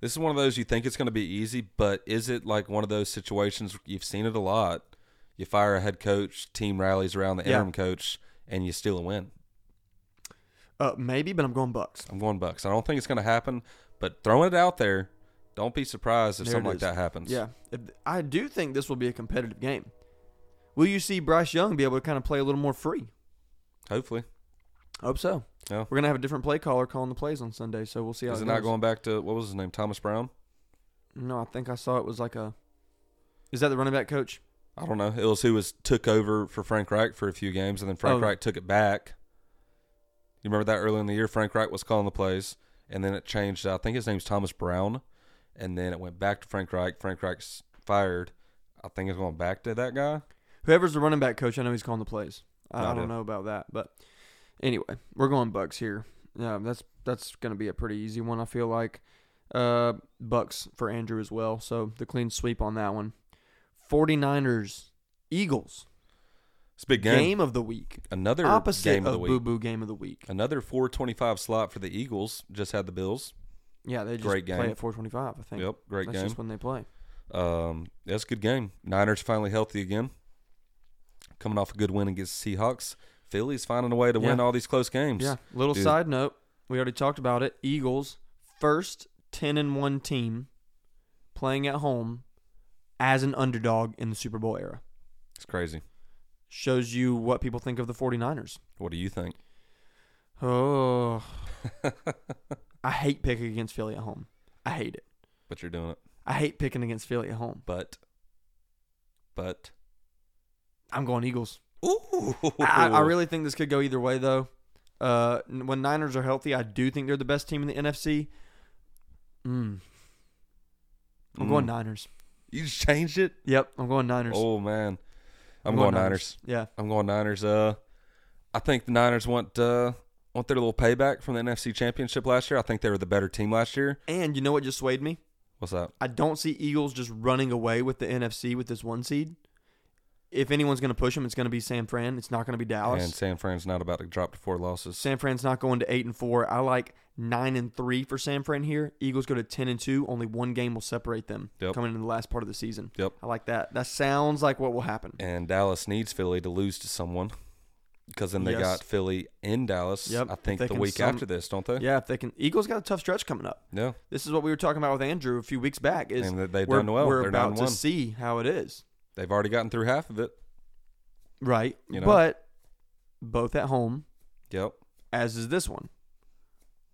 [SPEAKER 1] This is one of those you think it's going to be easy, but is it like one of those situations you've seen it a lot? You fire a head coach, team rallies around the
[SPEAKER 2] Yeah.
[SPEAKER 1] interim coach, and you steal a win.
[SPEAKER 2] Uh, maybe, but I'm going Bucks.
[SPEAKER 1] I'm going Bucks. I don't think it's going to happen, but throwing it out there, don't be surprised if
[SPEAKER 2] There it
[SPEAKER 1] something like
[SPEAKER 2] is.
[SPEAKER 1] that happens.
[SPEAKER 2] Yeah, if, I do think this will be a competitive game. Will you see Bryce Young be able to kind of play a little more free?
[SPEAKER 1] Hopefully,
[SPEAKER 2] I hope so.
[SPEAKER 1] Yeah.
[SPEAKER 2] We're gonna have a different play caller calling the plays on Sunday, so we'll see how
[SPEAKER 1] is
[SPEAKER 2] it
[SPEAKER 1] it not
[SPEAKER 2] goes.
[SPEAKER 1] going back to what was his name, Thomas Brown?
[SPEAKER 2] No, I think I saw it was like a. Is that the running back coach?
[SPEAKER 1] I don't know. It was who was took over for Frank Reich for a few games, and then Frank
[SPEAKER 2] Oh.
[SPEAKER 1] Reich took it back. You remember that earlier in the year, Frank Reich was calling the plays, and then it changed. I think his name's Thomas Brown, and then it went back to Frank Reich. Frank Reich's fired. I think it's going back to that guy.
[SPEAKER 2] Whoever's the running back coach, I know he's calling the plays. I,
[SPEAKER 1] No
[SPEAKER 2] I don't
[SPEAKER 1] idea.
[SPEAKER 2] know about that, but anyway, we're going Bucks here. Yeah, that's that's gonna be a pretty easy one. I feel like. Uh, Bucks for Andrew as well. So the clean sweep on that one. 49ers, Eagles.
[SPEAKER 1] It's a big
[SPEAKER 2] Game,
[SPEAKER 1] game.
[SPEAKER 2] of the week.
[SPEAKER 1] Another
[SPEAKER 2] Opposite
[SPEAKER 1] game of,
[SPEAKER 2] of,
[SPEAKER 1] the week.
[SPEAKER 2] Boo Boo Game of the Week.
[SPEAKER 1] Another 425 slot for the Eagles. Just had the Bills.
[SPEAKER 2] Yeah, they just
[SPEAKER 1] Great
[SPEAKER 2] play
[SPEAKER 1] game.
[SPEAKER 2] at 425, I think.
[SPEAKER 1] Yep, great
[SPEAKER 2] That's
[SPEAKER 1] game.
[SPEAKER 2] just when they play.
[SPEAKER 1] Um, that's a good game. Niners finally healthy again. Coming off a good win against the Seahawks. Philly's finding a way to win
[SPEAKER 2] Yeah.
[SPEAKER 1] all these close games.
[SPEAKER 2] Yeah. Little
[SPEAKER 1] Dude.
[SPEAKER 2] side note, we already talked about it. Eagles, first 10 and 1 team playing at home as an underdog in the Super Bowl era.
[SPEAKER 1] It's crazy.
[SPEAKER 2] Shows you what people think of the 49ers.
[SPEAKER 1] What do you think?
[SPEAKER 2] Oh. I hate picking against Philly at home. I hate it.
[SPEAKER 1] But you're doing it.
[SPEAKER 2] I hate picking against Philly at home.
[SPEAKER 1] But, but.
[SPEAKER 2] I'm going Eagles.
[SPEAKER 1] Ooh.
[SPEAKER 2] I, I really think this could go either way, though. Uh, n- when Niners are healthy, I do think they're the best team in the NFC. Mm. I'm going
[SPEAKER 1] Mm.
[SPEAKER 2] Niners.
[SPEAKER 1] You just changed it?
[SPEAKER 2] Yep, I'm going Niners.
[SPEAKER 1] Oh, man. I'm, going, Niners.
[SPEAKER 2] Yeah,
[SPEAKER 1] I'm going Niners. Uh, I think the Niners want uh want their little payback from the NFC Championship last year. I think they were the better team last year.
[SPEAKER 2] and you know what just swayed me?
[SPEAKER 1] What's that?
[SPEAKER 2] I don't see Eagles just running away with the NFC with this one seed. If anyone's going to push them, it's going to be San Fran. It's not going to be Dallas.
[SPEAKER 1] And San Fran's not about to drop to four losses.
[SPEAKER 2] San Fran's not going to eight and four. I like nine and three for San Fran here. Eagles go to ten and two. Only one game will separate them
[SPEAKER 1] Yep.
[SPEAKER 2] coming into the last part of the season.
[SPEAKER 1] Yep.
[SPEAKER 2] I like that. That sounds like what will happen.
[SPEAKER 1] And Dallas needs Philly to lose to someone because then they
[SPEAKER 2] Yes.
[SPEAKER 1] got Philly in Dallas.
[SPEAKER 2] Yep.
[SPEAKER 1] I
[SPEAKER 2] If
[SPEAKER 1] think
[SPEAKER 2] they
[SPEAKER 1] the
[SPEAKER 2] can
[SPEAKER 1] week
[SPEAKER 2] some-
[SPEAKER 1] after this, don't they?
[SPEAKER 2] Yeah, if they can, Eagles got a tough stretch coming up.
[SPEAKER 1] Yeah.
[SPEAKER 2] This is what we were talking about with Andrew a few weeks back. Is
[SPEAKER 1] And they- they've
[SPEAKER 2] we're,
[SPEAKER 1] done well.
[SPEAKER 2] we're
[SPEAKER 1] They're nine
[SPEAKER 2] about
[SPEAKER 1] and
[SPEAKER 2] to
[SPEAKER 1] one.
[SPEAKER 2] see how it is,
[SPEAKER 1] They've already gotten through half of it.
[SPEAKER 2] right?
[SPEAKER 1] You know.
[SPEAKER 2] But both at home,
[SPEAKER 1] Yep.
[SPEAKER 2] as is this one.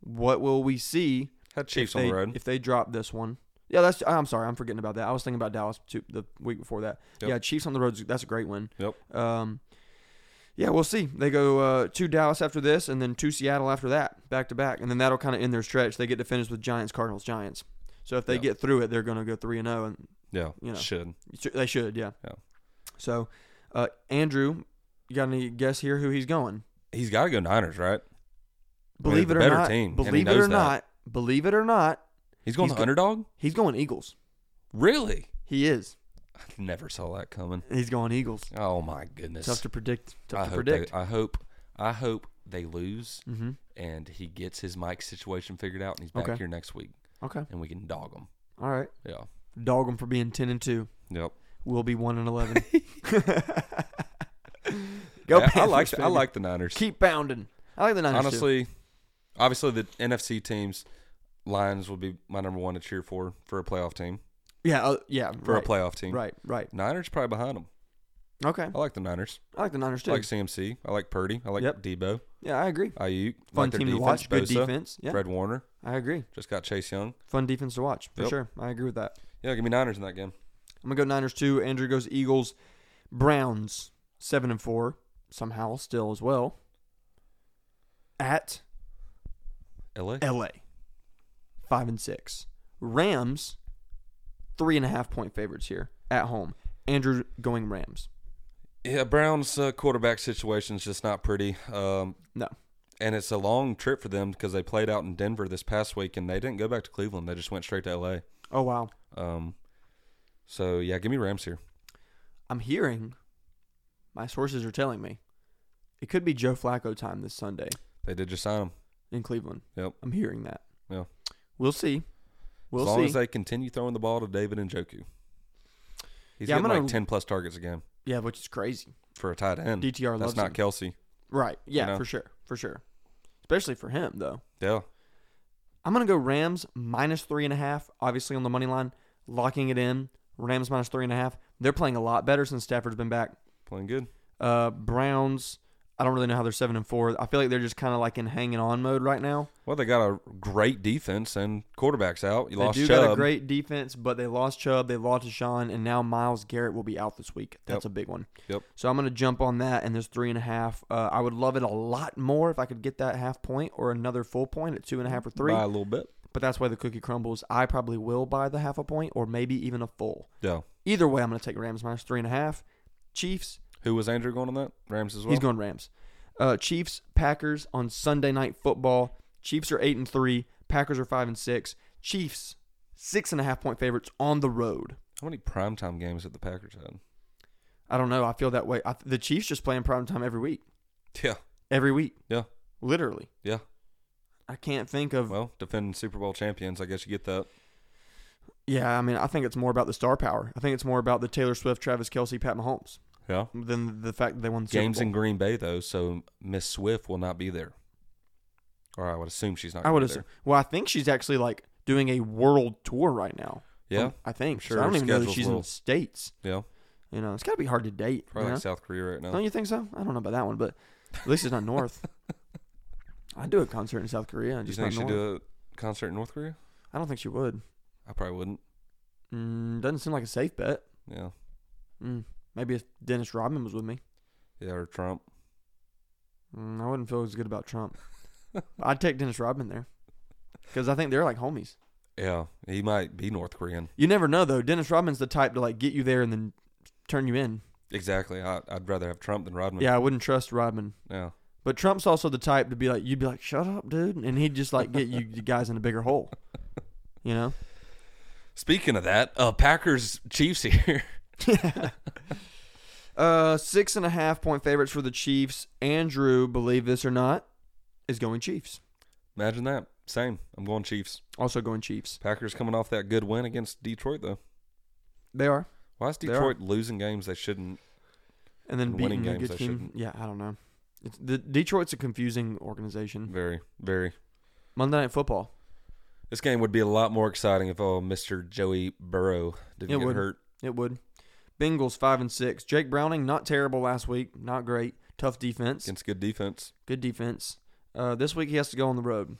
[SPEAKER 2] What will we see
[SPEAKER 1] Had Chiefs
[SPEAKER 2] if they,
[SPEAKER 1] on the road.
[SPEAKER 2] If they drop this one, yeah, that's. I'm sorry, I'm forgetting about that. I was thinking about Dallas too, the week before that.
[SPEAKER 1] Yep.
[SPEAKER 2] Yeah, Chiefs on the road. That's a great win.
[SPEAKER 1] Yep.
[SPEAKER 2] Um, yeah, we'll see. They go uh, to Dallas after this, and then to Seattle after that, back to back, and then that'll kind of end their stretch. They get to finish with Giants, Cardinals, Giants. So if they
[SPEAKER 1] Yep.
[SPEAKER 2] get through it, they're going to go three and zero, and
[SPEAKER 1] yeah.
[SPEAKER 2] you know.
[SPEAKER 1] Should.
[SPEAKER 2] you should- they should, yeah.
[SPEAKER 1] Yeah.
[SPEAKER 2] So, uh, Andrew, you got any guess here who he's going?
[SPEAKER 1] He's got to go Niners, right? I mean,
[SPEAKER 2] Believe
[SPEAKER 1] they're
[SPEAKER 2] it
[SPEAKER 1] the
[SPEAKER 2] or
[SPEAKER 1] better
[SPEAKER 2] not,
[SPEAKER 1] team, and he
[SPEAKER 2] believe it
[SPEAKER 1] knows
[SPEAKER 2] or
[SPEAKER 1] that.
[SPEAKER 2] not, believe it or not,
[SPEAKER 1] He's going
[SPEAKER 2] He's
[SPEAKER 1] the
[SPEAKER 2] go-
[SPEAKER 1] underdog?
[SPEAKER 2] he's going Eagles.
[SPEAKER 1] Really?
[SPEAKER 2] He is.
[SPEAKER 1] I never saw that coming.
[SPEAKER 2] He's going Eagles.
[SPEAKER 1] Oh, my goodness.
[SPEAKER 2] Tough to predict. Tough
[SPEAKER 1] I
[SPEAKER 2] to
[SPEAKER 1] hope
[SPEAKER 2] predict.
[SPEAKER 1] They, I hope I hope they lose
[SPEAKER 2] mm-hmm.
[SPEAKER 1] and he gets his mic situation figured out and he's back
[SPEAKER 2] Okay.
[SPEAKER 1] here next week
[SPEAKER 2] Okay.
[SPEAKER 1] and we can dog him.
[SPEAKER 2] All right.
[SPEAKER 1] Yeah.
[SPEAKER 2] Dog them for being ten and two.
[SPEAKER 1] Yep.
[SPEAKER 2] We'll be one and eleven. Go
[SPEAKER 1] Yeah, I
[SPEAKER 2] Panthers,
[SPEAKER 1] like I
[SPEAKER 2] baby.
[SPEAKER 1] like the Niners.
[SPEAKER 2] keep bounding. I like the Niners too.
[SPEAKER 1] Honestly, obviously the NFC teams Lions would be my number one to cheer for for a playoff team.
[SPEAKER 2] Yeah. Uh, yeah.
[SPEAKER 1] For
[SPEAKER 2] right,
[SPEAKER 1] a playoff team.
[SPEAKER 2] Right. Right.
[SPEAKER 1] Niners probably behind them.
[SPEAKER 2] Okay.
[SPEAKER 1] I like the Niners.
[SPEAKER 2] I like the Niners too.
[SPEAKER 1] I like CMC. I like Purdy. I like
[SPEAKER 2] Yep.
[SPEAKER 1] Debo.
[SPEAKER 2] yeah, I agree.
[SPEAKER 1] Ayuk.
[SPEAKER 2] Fun
[SPEAKER 1] like their
[SPEAKER 2] team to
[SPEAKER 1] defense,
[SPEAKER 2] watch. Good
[SPEAKER 1] Bosa,
[SPEAKER 2] defense. Yeah,
[SPEAKER 1] Fred Warner.
[SPEAKER 2] I agree.
[SPEAKER 1] Just got Chase Young.
[SPEAKER 2] Fun defense to watch for
[SPEAKER 1] Yep.
[SPEAKER 2] sure. I agree with that.
[SPEAKER 1] Yeah, give me Niners in that game.
[SPEAKER 2] I'm gonna go Niners two. Andrew goes Eagles. Browns seven and four somehow still as well. At
[SPEAKER 1] LA.
[SPEAKER 2] LA, five and six. Rams, three and a half point favorites here at home. Andrew going Rams.
[SPEAKER 1] Yeah, Brown's uh, quarterback situation's just not pretty. Um,
[SPEAKER 2] No.
[SPEAKER 1] and it's a long trip for them because they played out in Denver this past week, and they didn't go back to Cleveland. They just went straight to LA.
[SPEAKER 2] Oh wow.
[SPEAKER 1] Um, so yeah, give me Rams here.
[SPEAKER 2] I'm hearing. My sources are telling me it could be Joe Flacco time this Sunday
[SPEAKER 1] They did just sign him.
[SPEAKER 2] in Cleveland.
[SPEAKER 1] Yep.
[SPEAKER 2] I'm hearing that.
[SPEAKER 1] Yeah.
[SPEAKER 2] We'll see. We'll
[SPEAKER 1] as long
[SPEAKER 2] see.
[SPEAKER 1] as they continue throwing the ball to David and Joku, he's
[SPEAKER 2] Yeah,
[SPEAKER 1] getting
[SPEAKER 2] I'm gonna-
[SPEAKER 1] like ten plus targets a game
[SPEAKER 2] yeah, which is crazy.
[SPEAKER 1] for a tight end.
[SPEAKER 2] DTR loves
[SPEAKER 1] Mm. That's not
[SPEAKER 2] him.
[SPEAKER 1] Kelsey.
[SPEAKER 2] Right. Yeah,
[SPEAKER 1] know?
[SPEAKER 2] for sure. For sure. Especially for him though.
[SPEAKER 1] Yeah,
[SPEAKER 2] I'm gonna go Rams minus three and a half, obviously on the money line, locking it in. Rams minus three and a half. They're playing a lot better since Stafford's been back.
[SPEAKER 1] playing good.
[SPEAKER 2] Uh, Browns, I don't really know how they're seven and four. I feel like they're just kind of like in hanging on mode right now.
[SPEAKER 1] Well, they got a great defense and quarterbacks out. You
[SPEAKER 2] They
[SPEAKER 1] lost
[SPEAKER 2] do
[SPEAKER 1] Chubb.
[SPEAKER 2] got a great defense, but they lost Chubb, they lost Deshaun, and now Miles Garrett will be out this week. That's a big one.
[SPEAKER 1] Yep.
[SPEAKER 2] So I'm gonna jump on that, and there's three and a half. Uh, I would love it a lot more if I could get that half point or another full point at two and a half or three.
[SPEAKER 1] by a little bit.
[SPEAKER 2] But that's why the cookie crumbles. I probably will buy the half a point or maybe even a full.
[SPEAKER 1] Yeah.
[SPEAKER 2] Either way, I'm going to take Rams minus three and a half. Chiefs,
[SPEAKER 1] Who was Andrew going on that? Rams as well.
[SPEAKER 2] he's going Rams. Uh, Chiefs, Packers on Sunday night football. Chiefs are eight and three. Packers are five and six. Chiefs, six and a half point favorites on the road.
[SPEAKER 1] How many primetime games have the Packers had?
[SPEAKER 2] I don't know. I feel that way. I, the Chiefs just play in prime time every week.
[SPEAKER 1] Yeah.
[SPEAKER 2] Every week.
[SPEAKER 1] Yeah.
[SPEAKER 2] Literally.
[SPEAKER 1] Yeah.
[SPEAKER 2] I can't think of.
[SPEAKER 1] Well, defending Super Bowl champions, I guess you get that.
[SPEAKER 2] yeah, I mean, I think it's more about the star power. I think it's more about the Taylor Swift, Travis Kelsey, Pat Mahomes
[SPEAKER 1] Yeah.
[SPEAKER 2] than the fact that they won the
[SPEAKER 1] Games
[SPEAKER 2] Super
[SPEAKER 1] in
[SPEAKER 2] Bowl.
[SPEAKER 1] Green Bay though, so Miss Swift will not be there. Or I would assume she's not.
[SPEAKER 2] I
[SPEAKER 1] gonna
[SPEAKER 2] would
[SPEAKER 1] be
[SPEAKER 2] assume.
[SPEAKER 1] there.
[SPEAKER 2] Well, I think she's actually like doing a world tour right now.
[SPEAKER 1] Yeah,
[SPEAKER 2] Um, I think.
[SPEAKER 1] sure
[SPEAKER 2] so I
[SPEAKER 1] her
[SPEAKER 2] don't even know that
[SPEAKER 1] schedule's
[SPEAKER 2] she's in
[SPEAKER 1] little-
[SPEAKER 2] the states.
[SPEAKER 1] yeah,
[SPEAKER 2] You know, it's got to be hard to date.
[SPEAKER 1] probably
[SPEAKER 2] you know?
[SPEAKER 1] like South Korea right now.
[SPEAKER 2] Don't you think so? I don't know about that one, but at least it's not north. I'd do a concert in South Korea.
[SPEAKER 1] Do you
[SPEAKER 2] Just
[SPEAKER 1] think she
[SPEAKER 2] not north.
[SPEAKER 1] do a concert in North Korea?
[SPEAKER 2] I don't think she would.
[SPEAKER 1] I probably wouldn't.
[SPEAKER 2] Mm, doesn't seem like a safe bet.
[SPEAKER 1] Yeah,
[SPEAKER 2] Mm, maybe if Dennis Rodman was with me,
[SPEAKER 1] yeah, or Trump.
[SPEAKER 2] mm, I wouldn't feel as good about Trump. I'd take Dennis Rodman there because I think they're like homies.
[SPEAKER 1] Yeah, he might be North Korean.
[SPEAKER 2] You never know though. Dennis Rodman's the type to like get you there and then turn you in.
[SPEAKER 1] Exactly. I, I'd rather have Trump than Rodman.
[SPEAKER 2] Yeah, I wouldn't trust Rodman.
[SPEAKER 1] Yeah.
[SPEAKER 2] But Trump's also the type to be like, you'd be like, shut up, dude, and he'd just like get you you guys in a bigger hole. You know.
[SPEAKER 1] Speaking of that, uh, Packers Chiefs here.
[SPEAKER 2] Uh, six and a half point favorites for the Chiefs. Andrew, believe this or not, is going Chiefs.
[SPEAKER 1] Imagine that. Same. I'm going Chiefs.
[SPEAKER 2] Also going Chiefs.
[SPEAKER 1] Packers coming off that good win against Detroit though.
[SPEAKER 2] They are.
[SPEAKER 1] Why is
[SPEAKER 2] They are.
[SPEAKER 1] Detroit losing games they shouldn't?
[SPEAKER 2] And then
[SPEAKER 1] And
[SPEAKER 2] beating
[SPEAKER 1] winning
[SPEAKER 2] a
[SPEAKER 1] games,
[SPEAKER 2] good
[SPEAKER 1] they
[SPEAKER 2] team.
[SPEAKER 1] shouldn't.
[SPEAKER 2] Yeah, I don't know. It's, the Detroit's a confusing organization.
[SPEAKER 1] Very, very.
[SPEAKER 2] Monday Night Football.
[SPEAKER 1] This game would be a lot more exciting if oh, Mr. Joey Burrow didn't
[SPEAKER 2] It
[SPEAKER 1] get
[SPEAKER 2] would.
[SPEAKER 1] hurt.
[SPEAKER 2] It would. Bengals five and six. Jake Browning not terrible last week. Not great. Tough defense.
[SPEAKER 1] against good defense.
[SPEAKER 2] Good defense. Uh, this week he has to go on the road.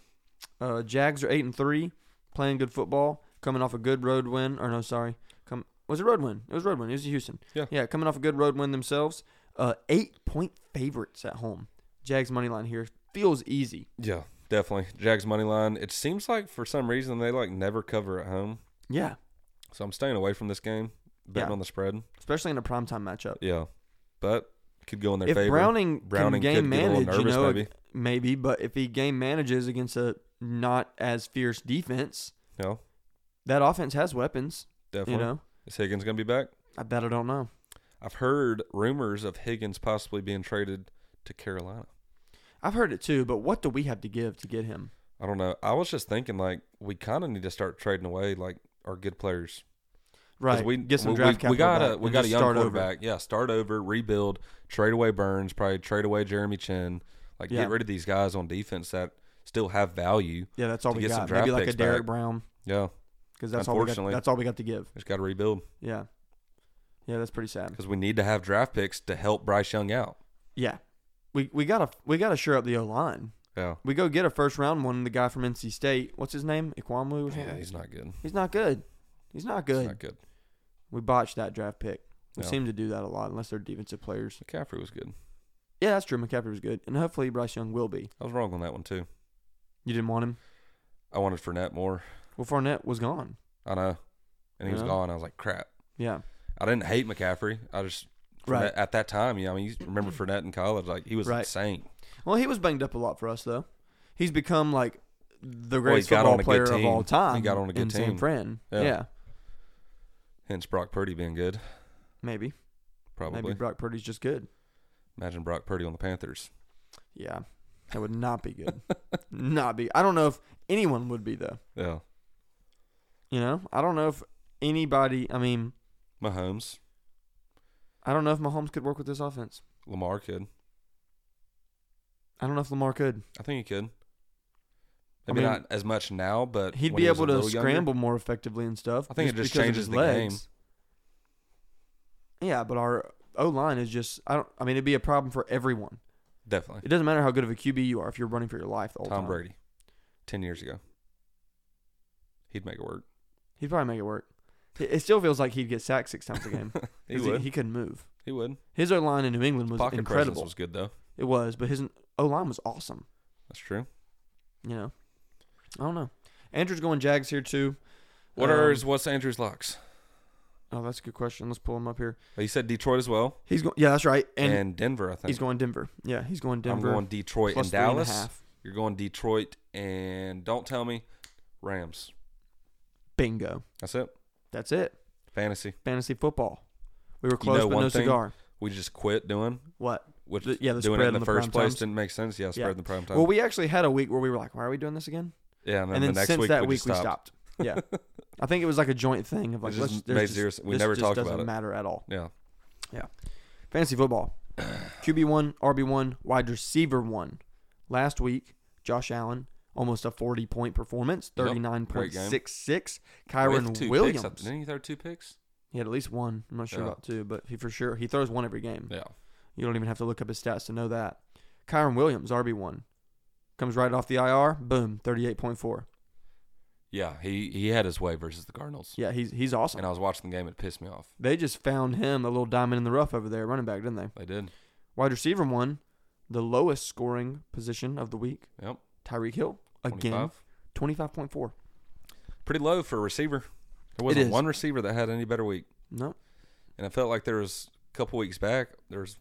[SPEAKER 2] Uh, Jags are eight and three, playing good football, coming off a good road win. Or no, sorry, come was it road win? It was road win. It was Houston.
[SPEAKER 1] Yeah.
[SPEAKER 2] yeah, coming off a good road win themselves. Uh, eight point favorites at home. Jags money line here feels easy.
[SPEAKER 1] Yeah, definitely. Jags money line. It seems like for some reason they like never cover at home,
[SPEAKER 2] Yeah,
[SPEAKER 1] so I'm staying away from this game. Betting
[SPEAKER 2] Yeah.
[SPEAKER 1] on the spread.
[SPEAKER 2] especially in a primetime matchup.
[SPEAKER 1] Yeah, but could go in their
[SPEAKER 2] if
[SPEAKER 1] favor.
[SPEAKER 2] Browning,
[SPEAKER 1] Browning
[SPEAKER 2] can game
[SPEAKER 1] could get a little
[SPEAKER 2] manage, you
[SPEAKER 1] nervous,
[SPEAKER 2] know,
[SPEAKER 1] maybe.
[SPEAKER 2] maybe, but if he game manages against a not as fierce defense,
[SPEAKER 1] yeah,
[SPEAKER 2] that offense has weapons.
[SPEAKER 1] definitely.
[SPEAKER 2] You know,
[SPEAKER 1] Is Higgins gonna be back?
[SPEAKER 2] I bet I don't know.
[SPEAKER 1] I've heard rumors of Higgins possibly being traded to Carolina.
[SPEAKER 2] I've heard it too, but what do we have to give to get him?
[SPEAKER 1] I don't know. I was just thinking like we kind of need to start trading away like our good players. 'Cause
[SPEAKER 2] Right,
[SPEAKER 1] We
[SPEAKER 2] get some
[SPEAKER 1] we-
[SPEAKER 2] draft
[SPEAKER 1] we,
[SPEAKER 2] capital.
[SPEAKER 1] we got
[SPEAKER 2] back
[SPEAKER 1] a we
[SPEAKER 2] and
[SPEAKER 1] got a
[SPEAKER 2] just
[SPEAKER 1] young
[SPEAKER 2] start over.
[SPEAKER 1] quarterback. Yeah, start over, rebuild, trade away Burns, probably trade away Jeremy Chin. Like
[SPEAKER 2] Yeah.
[SPEAKER 1] get rid of these guys on defense that still have value.
[SPEAKER 2] Yeah, that's all
[SPEAKER 1] to
[SPEAKER 2] we
[SPEAKER 1] get some
[SPEAKER 2] got.
[SPEAKER 1] draft
[SPEAKER 2] Maybe like a
[SPEAKER 1] picks
[SPEAKER 2] Derek
[SPEAKER 1] back.
[SPEAKER 2] Brown
[SPEAKER 1] Yeah,
[SPEAKER 2] because that's all we got.
[SPEAKER 1] Unfortunately.
[SPEAKER 2] That's all we got to give.
[SPEAKER 1] just got to rebuild
[SPEAKER 2] Yeah, yeah, that's pretty sad.
[SPEAKER 1] because we need to have draft picks to help Bryce Young out.
[SPEAKER 2] Yeah, we we gotta we gotta shore up the O line.
[SPEAKER 1] Yeah,
[SPEAKER 2] We go get a first round one. The guy from NC State, what's his name? Ikwamlu. Or something?
[SPEAKER 1] yeah, he's not good.
[SPEAKER 2] He's not good. He's not good.
[SPEAKER 1] He's not good.
[SPEAKER 2] We botched that draft pick. We
[SPEAKER 1] Yeah.
[SPEAKER 2] seem to do that a lot, unless they're defensive players.
[SPEAKER 1] McCaffrey was good.
[SPEAKER 2] Yeah, that's true. McCaffrey was good, and hopefully Bryce Young will be.
[SPEAKER 1] I was wrong on that one too.
[SPEAKER 2] You didn't want him.
[SPEAKER 1] I wanted Fournette more.
[SPEAKER 2] Well, Fournette was gone.
[SPEAKER 1] I know, and he was
[SPEAKER 2] Yeah.
[SPEAKER 1] gone. I was like, crap.
[SPEAKER 2] Yeah,
[SPEAKER 1] I didn't hate McCaffrey. I just
[SPEAKER 2] right.
[SPEAKER 1] Fournette- at that time. Yeah, I mean, you remember Fournette in college? Like he was
[SPEAKER 2] Right.
[SPEAKER 1] insane.
[SPEAKER 2] Well, he was banged up a lot for us though. He's become like the
[SPEAKER 1] Well, he
[SPEAKER 2] greatest
[SPEAKER 1] got on a
[SPEAKER 2] football
[SPEAKER 1] good
[SPEAKER 2] player of
[SPEAKER 1] team.
[SPEAKER 2] all time.
[SPEAKER 1] He got on a good
[SPEAKER 2] in San
[SPEAKER 1] team.
[SPEAKER 2] Fran. Yeah,
[SPEAKER 1] Yeah. Hence Brock Purdy being good.
[SPEAKER 2] maybe.
[SPEAKER 1] Probably
[SPEAKER 2] Maybe Brock Purdy's just good.
[SPEAKER 1] imagine Brock Purdy on the Panthers.
[SPEAKER 2] Yeah, that would not be good. not be. I don't know if anyone would be though.
[SPEAKER 1] Yeah,
[SPEAKER 2] You know, I don't know if anybody. I mean,
[SPEAKER 1] Mahomes,
[SPEAKER 2] I don't know if Mahomes could work with this offense.
[SPEAKER 1] Lamar could.
[SPEAKER 2] I don't know if Lamar could.
[SPEAKER 1] I think he could.
[SPEAKER 2] I
[SPEAKER 1] Maybe
[SPEAKER 2] mean,
[SPEAKER 1] not as much now, but
[SPEAKER 2] He'd
[SPEAKER 1] when
[SPEAKER 2] be
[SPEAKER 1] he was
[SPEAKER 2] able
[SPEAKER 1] a
[SPEAKER 2] to
[SPEAKER 1] little younger-
[SPEAKER 2] scramble more effectively and stuff.
[SPEAKER 1] I think it just
[SPEAKER 2] because of
[SPEAKER 1] changes
[SPEAKER 2] his
[SPEAKER 1] the game.
[SPEAKER 2] Yeah, but our O line is just. I don't. I mean, it'd be a problem for everyone.
[SPEAKER 1] Definitely,
[SPEAKER 2] It doesn't matter how good of a QB you are if you're running for your life the whole
[SPEAKER 1] Tom
[SPEAKER 2] time.
[SPEAKER 1] Brady, ten years ago, he'd make it work.
[SPEAKER 2] He'd probably make it work. It, it still feels like he'd get sacked six times a game. 'cause
[SPEAKER 1] He would. He,
[SPEAKER 2] he couldn't move.
[SPEAKER 1] would.
[SPEAKER 2] His O line in New England was
[SPEAKER 1] Pocket presence
[SPEAKER 2] incredible.
[SPEAKER 1] was good though.
[SPEAKER 2] it was, but his O line was awesome.
[SPEAKER 1] That's true.
[SPEAKER 2] You know, I don't know. Andrew's going Jags here too.
[SPEAKER 1] What are
[SPEAKER 2] Um,
[SPEAKER 1] his, what's Andrew's locks?
[SPEAKER 2] Oh, that's a good question. Let's pull him up here.
[SPEAKER 1] He said Detroit as well,
[SPEAKER 2] He's going. Yeah, that's right.
[SPEAKER 1] and,
[SPEAKER 2] And,
[SPEAKER 1] Denver. I think
[SPEAKER 2] he's going Denver. Yeah, he's going Denver.
[SPEAKER 1] I'm going Detroit
[SPEAKER 2] plus
[SPEAKER 1] and
[SPEAKER 2] three a
[SPEAKER 1] Dallas.
[SPEAKER 2] half.
[SPEAKER 1] You're going Detroit and don't tell me Rams.
[SPEAKER 2] Bingo.
[SPEAKER 1] That's it.
[SPEAKER 2] That's it.
[SPEAKER 1] Fantasy.
[SPEAKER 2] Fantasy football. We were close,
[SPEAKER 1] know
[SPEAKER 2] but
[SPEAKER 1] one
[SPEAKER 2] no
[SPEAKER 1] thing?
[SPEAKER 2] cigar.
[SPEAKER 1] We just quit doing
[SPEAKER 2] What?
[SPEAKER 1] which
[SPEAKER 2] The- yeah, the
[SPEAKER 1] doing
[SPEAKER 2] spread
[SPEAKER 1] it in the,
[SPEAKER 2] on the prime
[SPEAKER 1] first place
[SPEAKER 2] times.
[SPEAKER 1] didn't make sense. Yeah, spread
[SPEAKER 2] Yeah.
[SPEAKER 1] in the prime time.
[SPEAKER 2] Well, we actually had a week where we were like, "Why are we doing this again?"
[SPEAKER 1] yeah, and then,
[SPEAKER 2] And then
[SPEAKER 1] the next
[SPEAKER 2] since
[SPEAKER 1] week
[SPEAKER 2] that
[SPEAKER 1] we
[SPEAKER 2] week
[SPEAKER 1] just
[SPEAKER 2] we
[SPEAKER 1] stopped.
[SPEAKER 2] stopped. Yeah, I think it was like a joint thing of like,
[SPEAKER 1] just
[SPEAKER 2] let's,
[SPEAKER 1] made
[SPEAKER 2] there's
[SPEAKER 1] zero
[SPEAKER 2] just,
[SPEAKER 1] s- we
[SPEAKER 2] this
[SPEAKER 1] never
[SPEAKER 2] just
[SPEAKER 1] talked
[SPEAKER 2] doesn't
[SPEAKER 1] about it.
[SPEAKER 2] matter at all.
[SPEAKER 1] Yeah.
[SPEAKER 2] Fantasy football, QB one, RB one, wide receiver one. Last week, Josh Allen almost a forty point performance,
[SPEAKER 1] Yep.
[SPEAKER 2] thirty nine
[SPEAKER 1] Great
[SPEAKER 2] point
[SPEAKER 1] game.
[SPEAKER 2] six six.
[SPEAKER 1] With two
[SPEAKER 2] Kyron
[SPEAKER 1] picks,
[SPEAKER 2] Williams,
[SPEAKER 1] I- Didn't he throw two picks?
[SPEAKER 2] he had at least one. I'm not sure
[SPEAKER 1] Yeah.
[SPEAKER 2] about two, but he for sure he throws one every game.
[SPEAKER 1] Yeah.
[SPEAKER 2] You don't even have to look up his stats to know that. Kyron Williams, RB1. Comes right off the IR. Boom, 38.4.
[SPEAKER 1] Yeah, he he had his way versus the Cardinals.
[SPEAKER 2] Yeah, he's he's awesome.
[SPEAKER 1] And I was watching the game, it pissed me off.
[SPEAKER 2] They just found him a little diamond in the rough over there, running back, didn't they?
[SPEAKER 1] They did.
[SPEAKER 2] Wide receiver one, the lowest scoring position of the week.
[SPEAKER 1] Yep.
[SPEAKER 2] Tyreek Hill, again,
[SPEAKER 1] 25.
[SPEAKER 2] 25.4.
[SPEAKER 1] Pretty low for a receiver. There wasn't
[SPEAKER 2] is.
[SPEAKER 1] one receiver that had any better week.
[SPEAKER 2] No,
[SPEAKER 1] And I felt like there was a couple weeks back, there's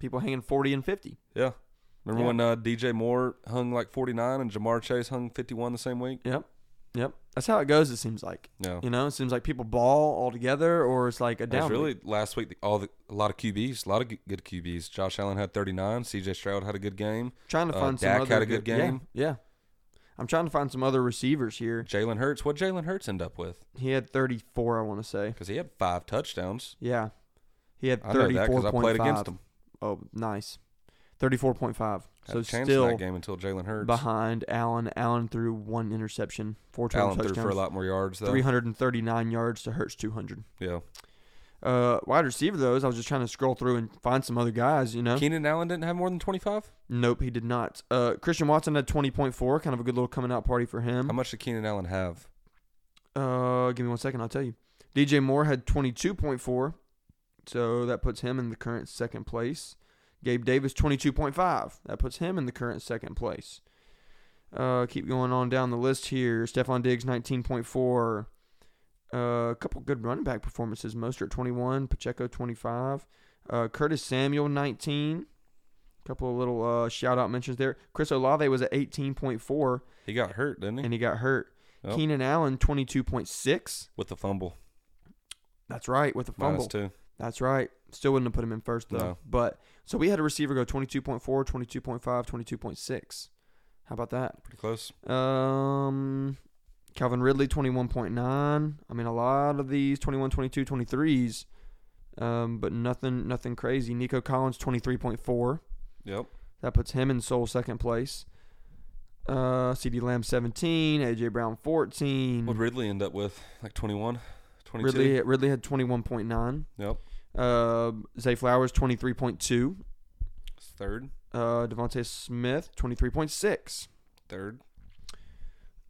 [SPEAKER 2] people hanging 40 and 50.
[SPEAKER 1] yeah. Remember
[SPEAKER 2] Yeah.
[SPEAKER 1] when uh, DJ Moore hung like 49 and Jamar Chase hung 51 the same week?
[SPEAKER 2] Yep. Yep. That's how it goes, it seems like.
[SPEAKER 1] No.
[SPEAKER 2] You know, it seems like people ball all together or it's like a
[SPEAKER 1] It was
[SPEAKER 2] down.
[SPEAKER 1] really last week. All the, a lot of QBs, a lot of g- good QBs. Josh Allen had 39. CJ Stroud had a good game.
[SPEAKER 2] Trying to
[SPEAKER 1] Uh,
[SPEAKER 2] find some
[SPEAKER 1] Dak
[SPEAKER 2] other
[SPEAKER 1] had a good
[SPEAKER 2] yeah,
[SPEAKER 1] game.
[SPEAKER 2] yeah. I'm trying to find some other receivers here.
[SPEAKER 1] Jalen Hurts. What Jalen Hurts end up with?
[SPEAKER 2] He had 34, I want to say.
[SPEAKER 1] Because he had five touchdowns.
[SPEAKER 2] Yeah. He had
[SPEAKER 1] I know that because I played against
[SPEAKER 2] 34.5.
[SPEAKER 1] him.
[SPEAKER 2] Oh, nice. 34.5.
[SPEAKER 1] Had
[SPEAKER 2] So
[SPEAKER 1] a chance in
[SPEAKER 2] still
[SPEAKER 1] that game until Jalen Hurts.
[SPEAKER 2] behind Allen. Allen threw one interception, four total
[SPEAKER 1] Allen threw for a
[SPEAKER 2] touchdowns,
[SPEAKER 1] lot more yards though.
[SPEAKER 2] 339 yards to Hurts 200.
[SPEAKER 1] Yeah.
[SPEAKER 2] Uh, wide receiver those. I was just trying to scroll through and find some other guys. You know,
[SPEAKER 1] Keenan Allen didn't have more than 25.
[SPEAKER 2] nope, he did not. Uh, Christian Watson had 20.4, kind of a good little coming out party for him.
[SPEAKER 1] How much did Keenan Allen have?
[SPEAKER 2] Uh, give me one second. I'll tell you. DJ Moore had 22.4, so that puts him in the current second place. Gabe Davis 22.5, that puts him in the current second place. Uh, keep going on down the list here. Stephon Diggs 19.4. Uh, a couple good running back performances. Mostert 21, Pacheco 25, uh, Curtis Samuel 19. Couple of little uh, shout out mentions there. Chris Olave was at 18.4
[SPEAKER 1] He got hurt, didn't he?
[SPEAKER 2] and he got hurt.
[SPEAKER 1] Yep.
[SPEAKER 2] Keenan Allen, 22.6.
[SPEAKER 1] With the fumble,
[SPEAKER 2] That's right, with a
[SPEAKER 1] minus
[SPEAKER 2] fumble.
[SPEAKER 1] two.
[SPEAKER 2] That's right. Still wouldn't have put him in first, though.
[SPEAKER 1] No.
[SPEAKER 2] But so we had a receiver go 22.4, 22.5, 22.6. How about that?
[SPEAKER 1] Pretty close.
[SPEAKER 2] Um, Calvin Ridley, 21.9. I mean, a lot of these 21, 22, 23s. Um, but nothing, nothing crazy. Nico Collins, 23.4.
[SPEAKER 1] Yep.
[SPEAKER 2] That puts him in sole second place. Uh, CD Lamb 17, AJ Brown 14.
[SPEAKER 1] What Ridley end up with? Like 21, 22.
[SPEAKER 2] Ridley Ridley had twenty one point nine.
[SPEAKER 1] Yep.
[SPEAKER 2] Uh, Zay Flowers twenty three point two.
[SPEAKER 1] It's Third,
[SPEAKER 2] Uh, Devonte Smith twenty three point six.
[SPEAKER 1] third.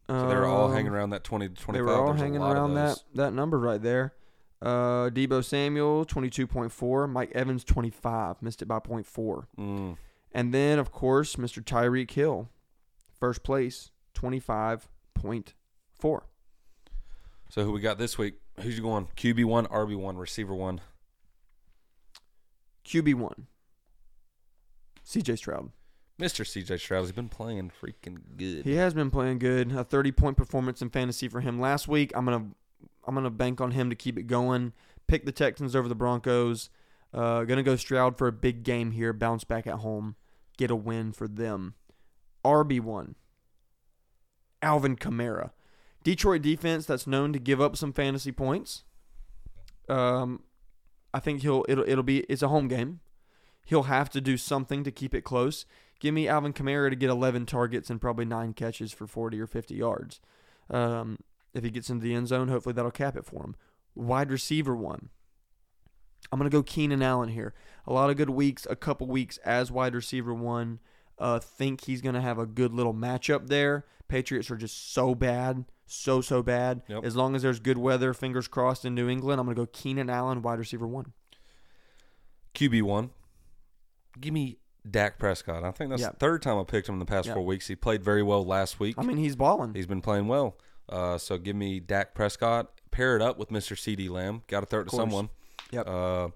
[SPEAKER 1] So they were all hanging around that 20 to 25.
[SPEAKER 2] Um, They were all
[SPEAKER 1] There's a
[SPEAKER 2] hanging
[SPEAKER 1] lot of
[SPEAKER 2] around that
[SPEAKER 1] those.
[SPEAKER 2] that number right there. Uh, Debo Samuel twenty two point four. Mike Evans twenty five. Missed it by point four.
[SPEAKER 1] Mm.
[SPEAKER 2] And then of course Mr. Tyreek Hill, first place twenty five point four.
[SPEAKER 1] So who we got this week? Who's you going? QB one, RB one, receiver one.
[SPEAKER 2] QB one. C.J. Stroud.
[SPEAKER 1] Mr. CJ Stroud has been playing freaking good.
[SPEAKER 2] He has been playing good. A 30 point performance in fantasy for him last week. I'm gonna I'm gonna bank on him to keep it going. Pick the Texans over the Broncos. Uh, gonna go Stroud for a big game here. Bounce back at home. Get a win for them. RB one. Alvin Kamara. Detroit defense that's known to give up some fantasy points. Um, I think he'll it'll it'll be it's a home game. He'll have to do something to keep it close. Give me Alvin Kamara to get 11 targets and probably nine catches for 40 or 50 yards. Um, if he gets into the end zone, hopefully that'll cap it for him. Wide receiver one. I'm going to go Keenan Allen here. A lot of good weeks, a couple weeks as wide receiver one. Uh, think he's going to have a good little matchup there. Patriots are just so bad, so, so bad.
[SPEAKER 1] Yep.
[SPEAKER 2] As long as there's good weather, fingers crossed in New England, I'm going to go Keenan Allen, wide receiver one.
[SPEAKER 1] QB one. Give me Dak Prescott. I think that's
[SPEAKER 2] Yeah.
[SPEAKER 1] the third time I picked him in the past
[SPEAKER 2] Yeah.
[SPEAKER 1] four weeks. He played very well last week.
[SPEAKER 2] I mean, he's balling.
[SPEAKER 1] He's been playing well. Uh, so give me Dak Prescott. Pair it up with Mr. CD Lamb. Got to throw it to
[SPEAKER 2] course.
[SPEAKER 1] someone.
[SPEAKER 2] Yep.
[SPEAKER 1] Uh,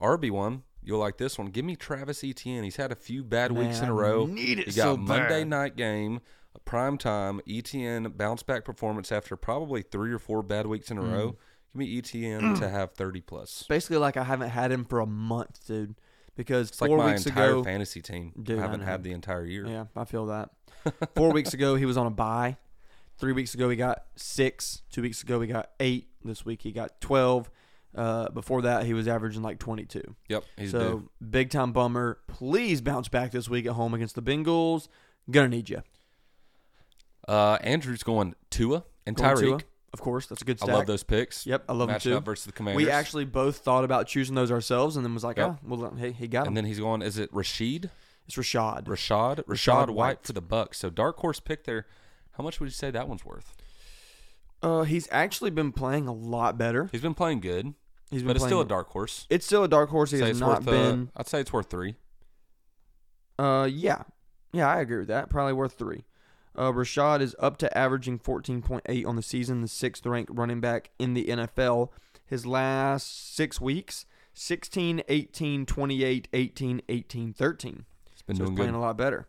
[SPEAKER 1] RB one. You'll like this one. Give me Travis Etienne. He's had a few bad weeks
[SPEAKER 2] Man,
[SPEAKER 1] in a
[SPEAKER 2] I
[SPEAKER 1] row.
[SPEAKER 2] need it
[SPEAKER 1] You got
[SPEAKER 2] so
[SPEAKER 1] Monday
[SPEAKER 2] bad.
[SPEAKER 1] night game. a prime time ETN bounce back performance after probably three or four bad weeks
[SPEAKER 2] Hmm.
[SPEAKER 1] in a row. Give me ETN to have 30 plus.
[SPEAKER 2] It's basically like I haven't had him for a month, dude. Because
[SPEAKER 1] It's like
[SPEAKER 2] four
[SPEAKER 1] my
[SPEAKER 2] weeks
[SPEAKER 1] entire
[SPEAKER 2] ago,
[SPEAKER 1] fantasy team.
[SPEAKER 2] Dude, I
[SPEAKER 1] I haven't
[SPEAKER 2] know.
[SPEAKER 1] had the entire year.
[SPEAKER 2] yeah, I feel that. Four weeks ago, he was on a bye. Three weeks ago, he got six. Two weeks ago, he got eight. This week, he got twelve. Uh, before that, he was averaging like twenty-two.
[SPEAKER 1] Yep, he's
[SPEAKER 2] so
[SPEAKER 1] due.
[SPEAKER 2] big time bummer. Please bounce back this week at home against the Bengals. Gonna need you.
[SPEAKER 1] Uh, Andrew's going Tua and
[SPEAKER 2] Going Tua,
[SPEAKER 1] Tyreek.
[SPEAKER 2] of course. That's a good
[SPEAKER 1] I
[SPEAKER 2] stack.
[SPEAKER 1] love those picks.
[SPEAKER 2] Yep, I love them
[SPEAKER 1] Matched
[SPEAKER 2] too.
[SPEAKER 1] up versus the Commanders.
[SPEAKER 2] We actually both thought about choosing those ourselves, and then was like,
[SPEAKER 1] Yep.
[SPEAKER 2] oh, well, hey, he got him.
[SPEAKER 1] and then he's going. Is it Rashid?
[SPEAKER 2] It's Rashad.
[SPEAKER 1] Rashad? Rashad,
[SPEAKER 2] Rashad
[SPEAKER 1] White,
[SPEAKER 2] White.
[SPEAKER 1] for the Bucks. So dark horse pick there. How much would you say that one's worth?
[SPEAKER 2] Uh, he's actually been playing a lot better.
[SPEAKER 1] He's been playing good,
[SPEAKER 2] He's been
[SPEAKER 1] but it's
[SPEAKER 2] playing
[SPEAKER 1] still a dark horse.
[SPEAKER 2] It's still a dark horse. He
[SPEAKER 1] Say
[SPEAKER 2] has
[SPEAKER 1] it's
[SPEAKER 2] not
[SPEAKER 1] worth, uh,
[SPEAKER 2] been.
[SPEAKER 1] I'd say it's worth three.
[SPEAKER 2] Uh, yeah, yeah, I agree with that. Probably worth three. Uh, Rashad is up to averaging 14.8 on the season, the sixth ranked running back in the NFL. His last six weeks 16, 18, 28, 18, 18, 13.
[SPEAKER 1] He's been
[SPEAKER 2] so he's
[SPEAKER 1] doing
[SPEAKER 2] playing
[SPEAKER 1] good.
[SPEAKER 2] a lot better.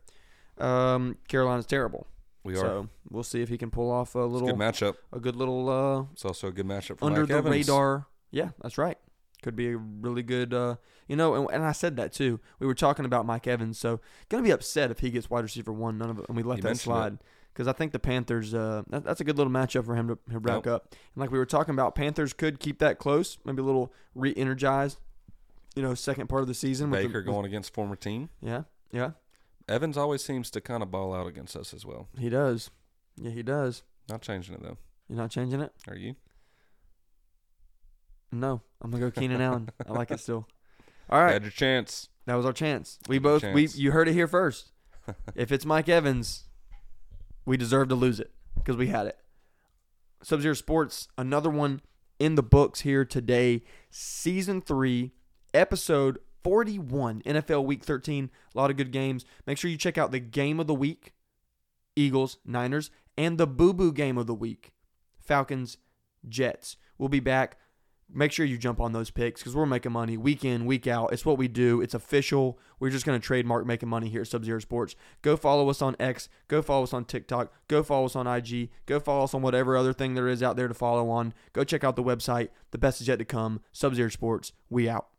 [SPEAKER 2] Um, Carolina's terrible.
[SPEAKER 1] We are.
[SPEAKER 2] So we'll see if he can pull off a
[SPEAKER 1] It's a
[SPEAKER 2] little,
[SPEAKER 1] good matchup.
[SPEAKER 2] a good little uh,
[SPEAKER 1] It's also a good matchup for
[SPEAKER 2] under
[SPEAKER 1] Mike
[SPEAKER 2] the
[SPEAKER 1] Evans.
[SPEAKER 2] radar. Yeah, that's right. Could be a really good, uh, you know, and, and I said that too. We were talking about Mike Evans, so gonna be upset if he gets wide receiver one. None of it, and we let
[SPEAKER 1] You
[SPEAKER 2] that
[SPEAKER 1] mentioned it.
[SPEAKER 2] slide because I think the Panthers. Uh, that, that's a good little matchup for him to he'll rack up. And like we were talking about, Panthers could keep that close, maybe a little re-energized. You know, second part of the season. with the-
[SPEAKER 1] Baker
[SPEAKER 2] with-
[SPEAKER 1] going against former team.
[SPEAKER 2] Yeah, yeah,
[SPEAKER 1] Evans always seems to kind of ball out against us as well.
[SPEAKER 2] he does. Yeah, he does.
[SPEAKER 1] Not changing it though.
[SPEAKER 2] You're not changing it.
[SPEAKER 1] Are you?
[SPEAKER 2] No, I'm gonna go Keenan Allen. I like it still. All right.
[SPEAKER 1] Had your chance.
[SPEAKER 2] That was our chance. We
[SPEAKER 1] That was
[SPEAKER 2] both
[SPEAKER 1] our
[SPEAKER 2] we
[SPEAKER 1] chance.
[SPEAKER 2] you heard it here first. if it's Mike Evans, we deserve to lose it because we had it. Sub Zero Sports, another one in the books here today. Season three, episode forty-one, NFL Week thirteen. A lot of good games. Make sure you check out the game of the week, Eagles, Niners, and the Boo Boo game of the week, Falcons, Jets. We'll be back make sure you jump on those picks because we're making money week in, week out. It's what we do. It's official. We're just going to trademark making money here at Sub Zero Sports. Go follow us on X. Go follow us on TikTok. Go follow us on IG. Go follow us on whatever other thing there is out there to follow on. Go check out the website. The best is yet to come. Sub Zero Sports. We out.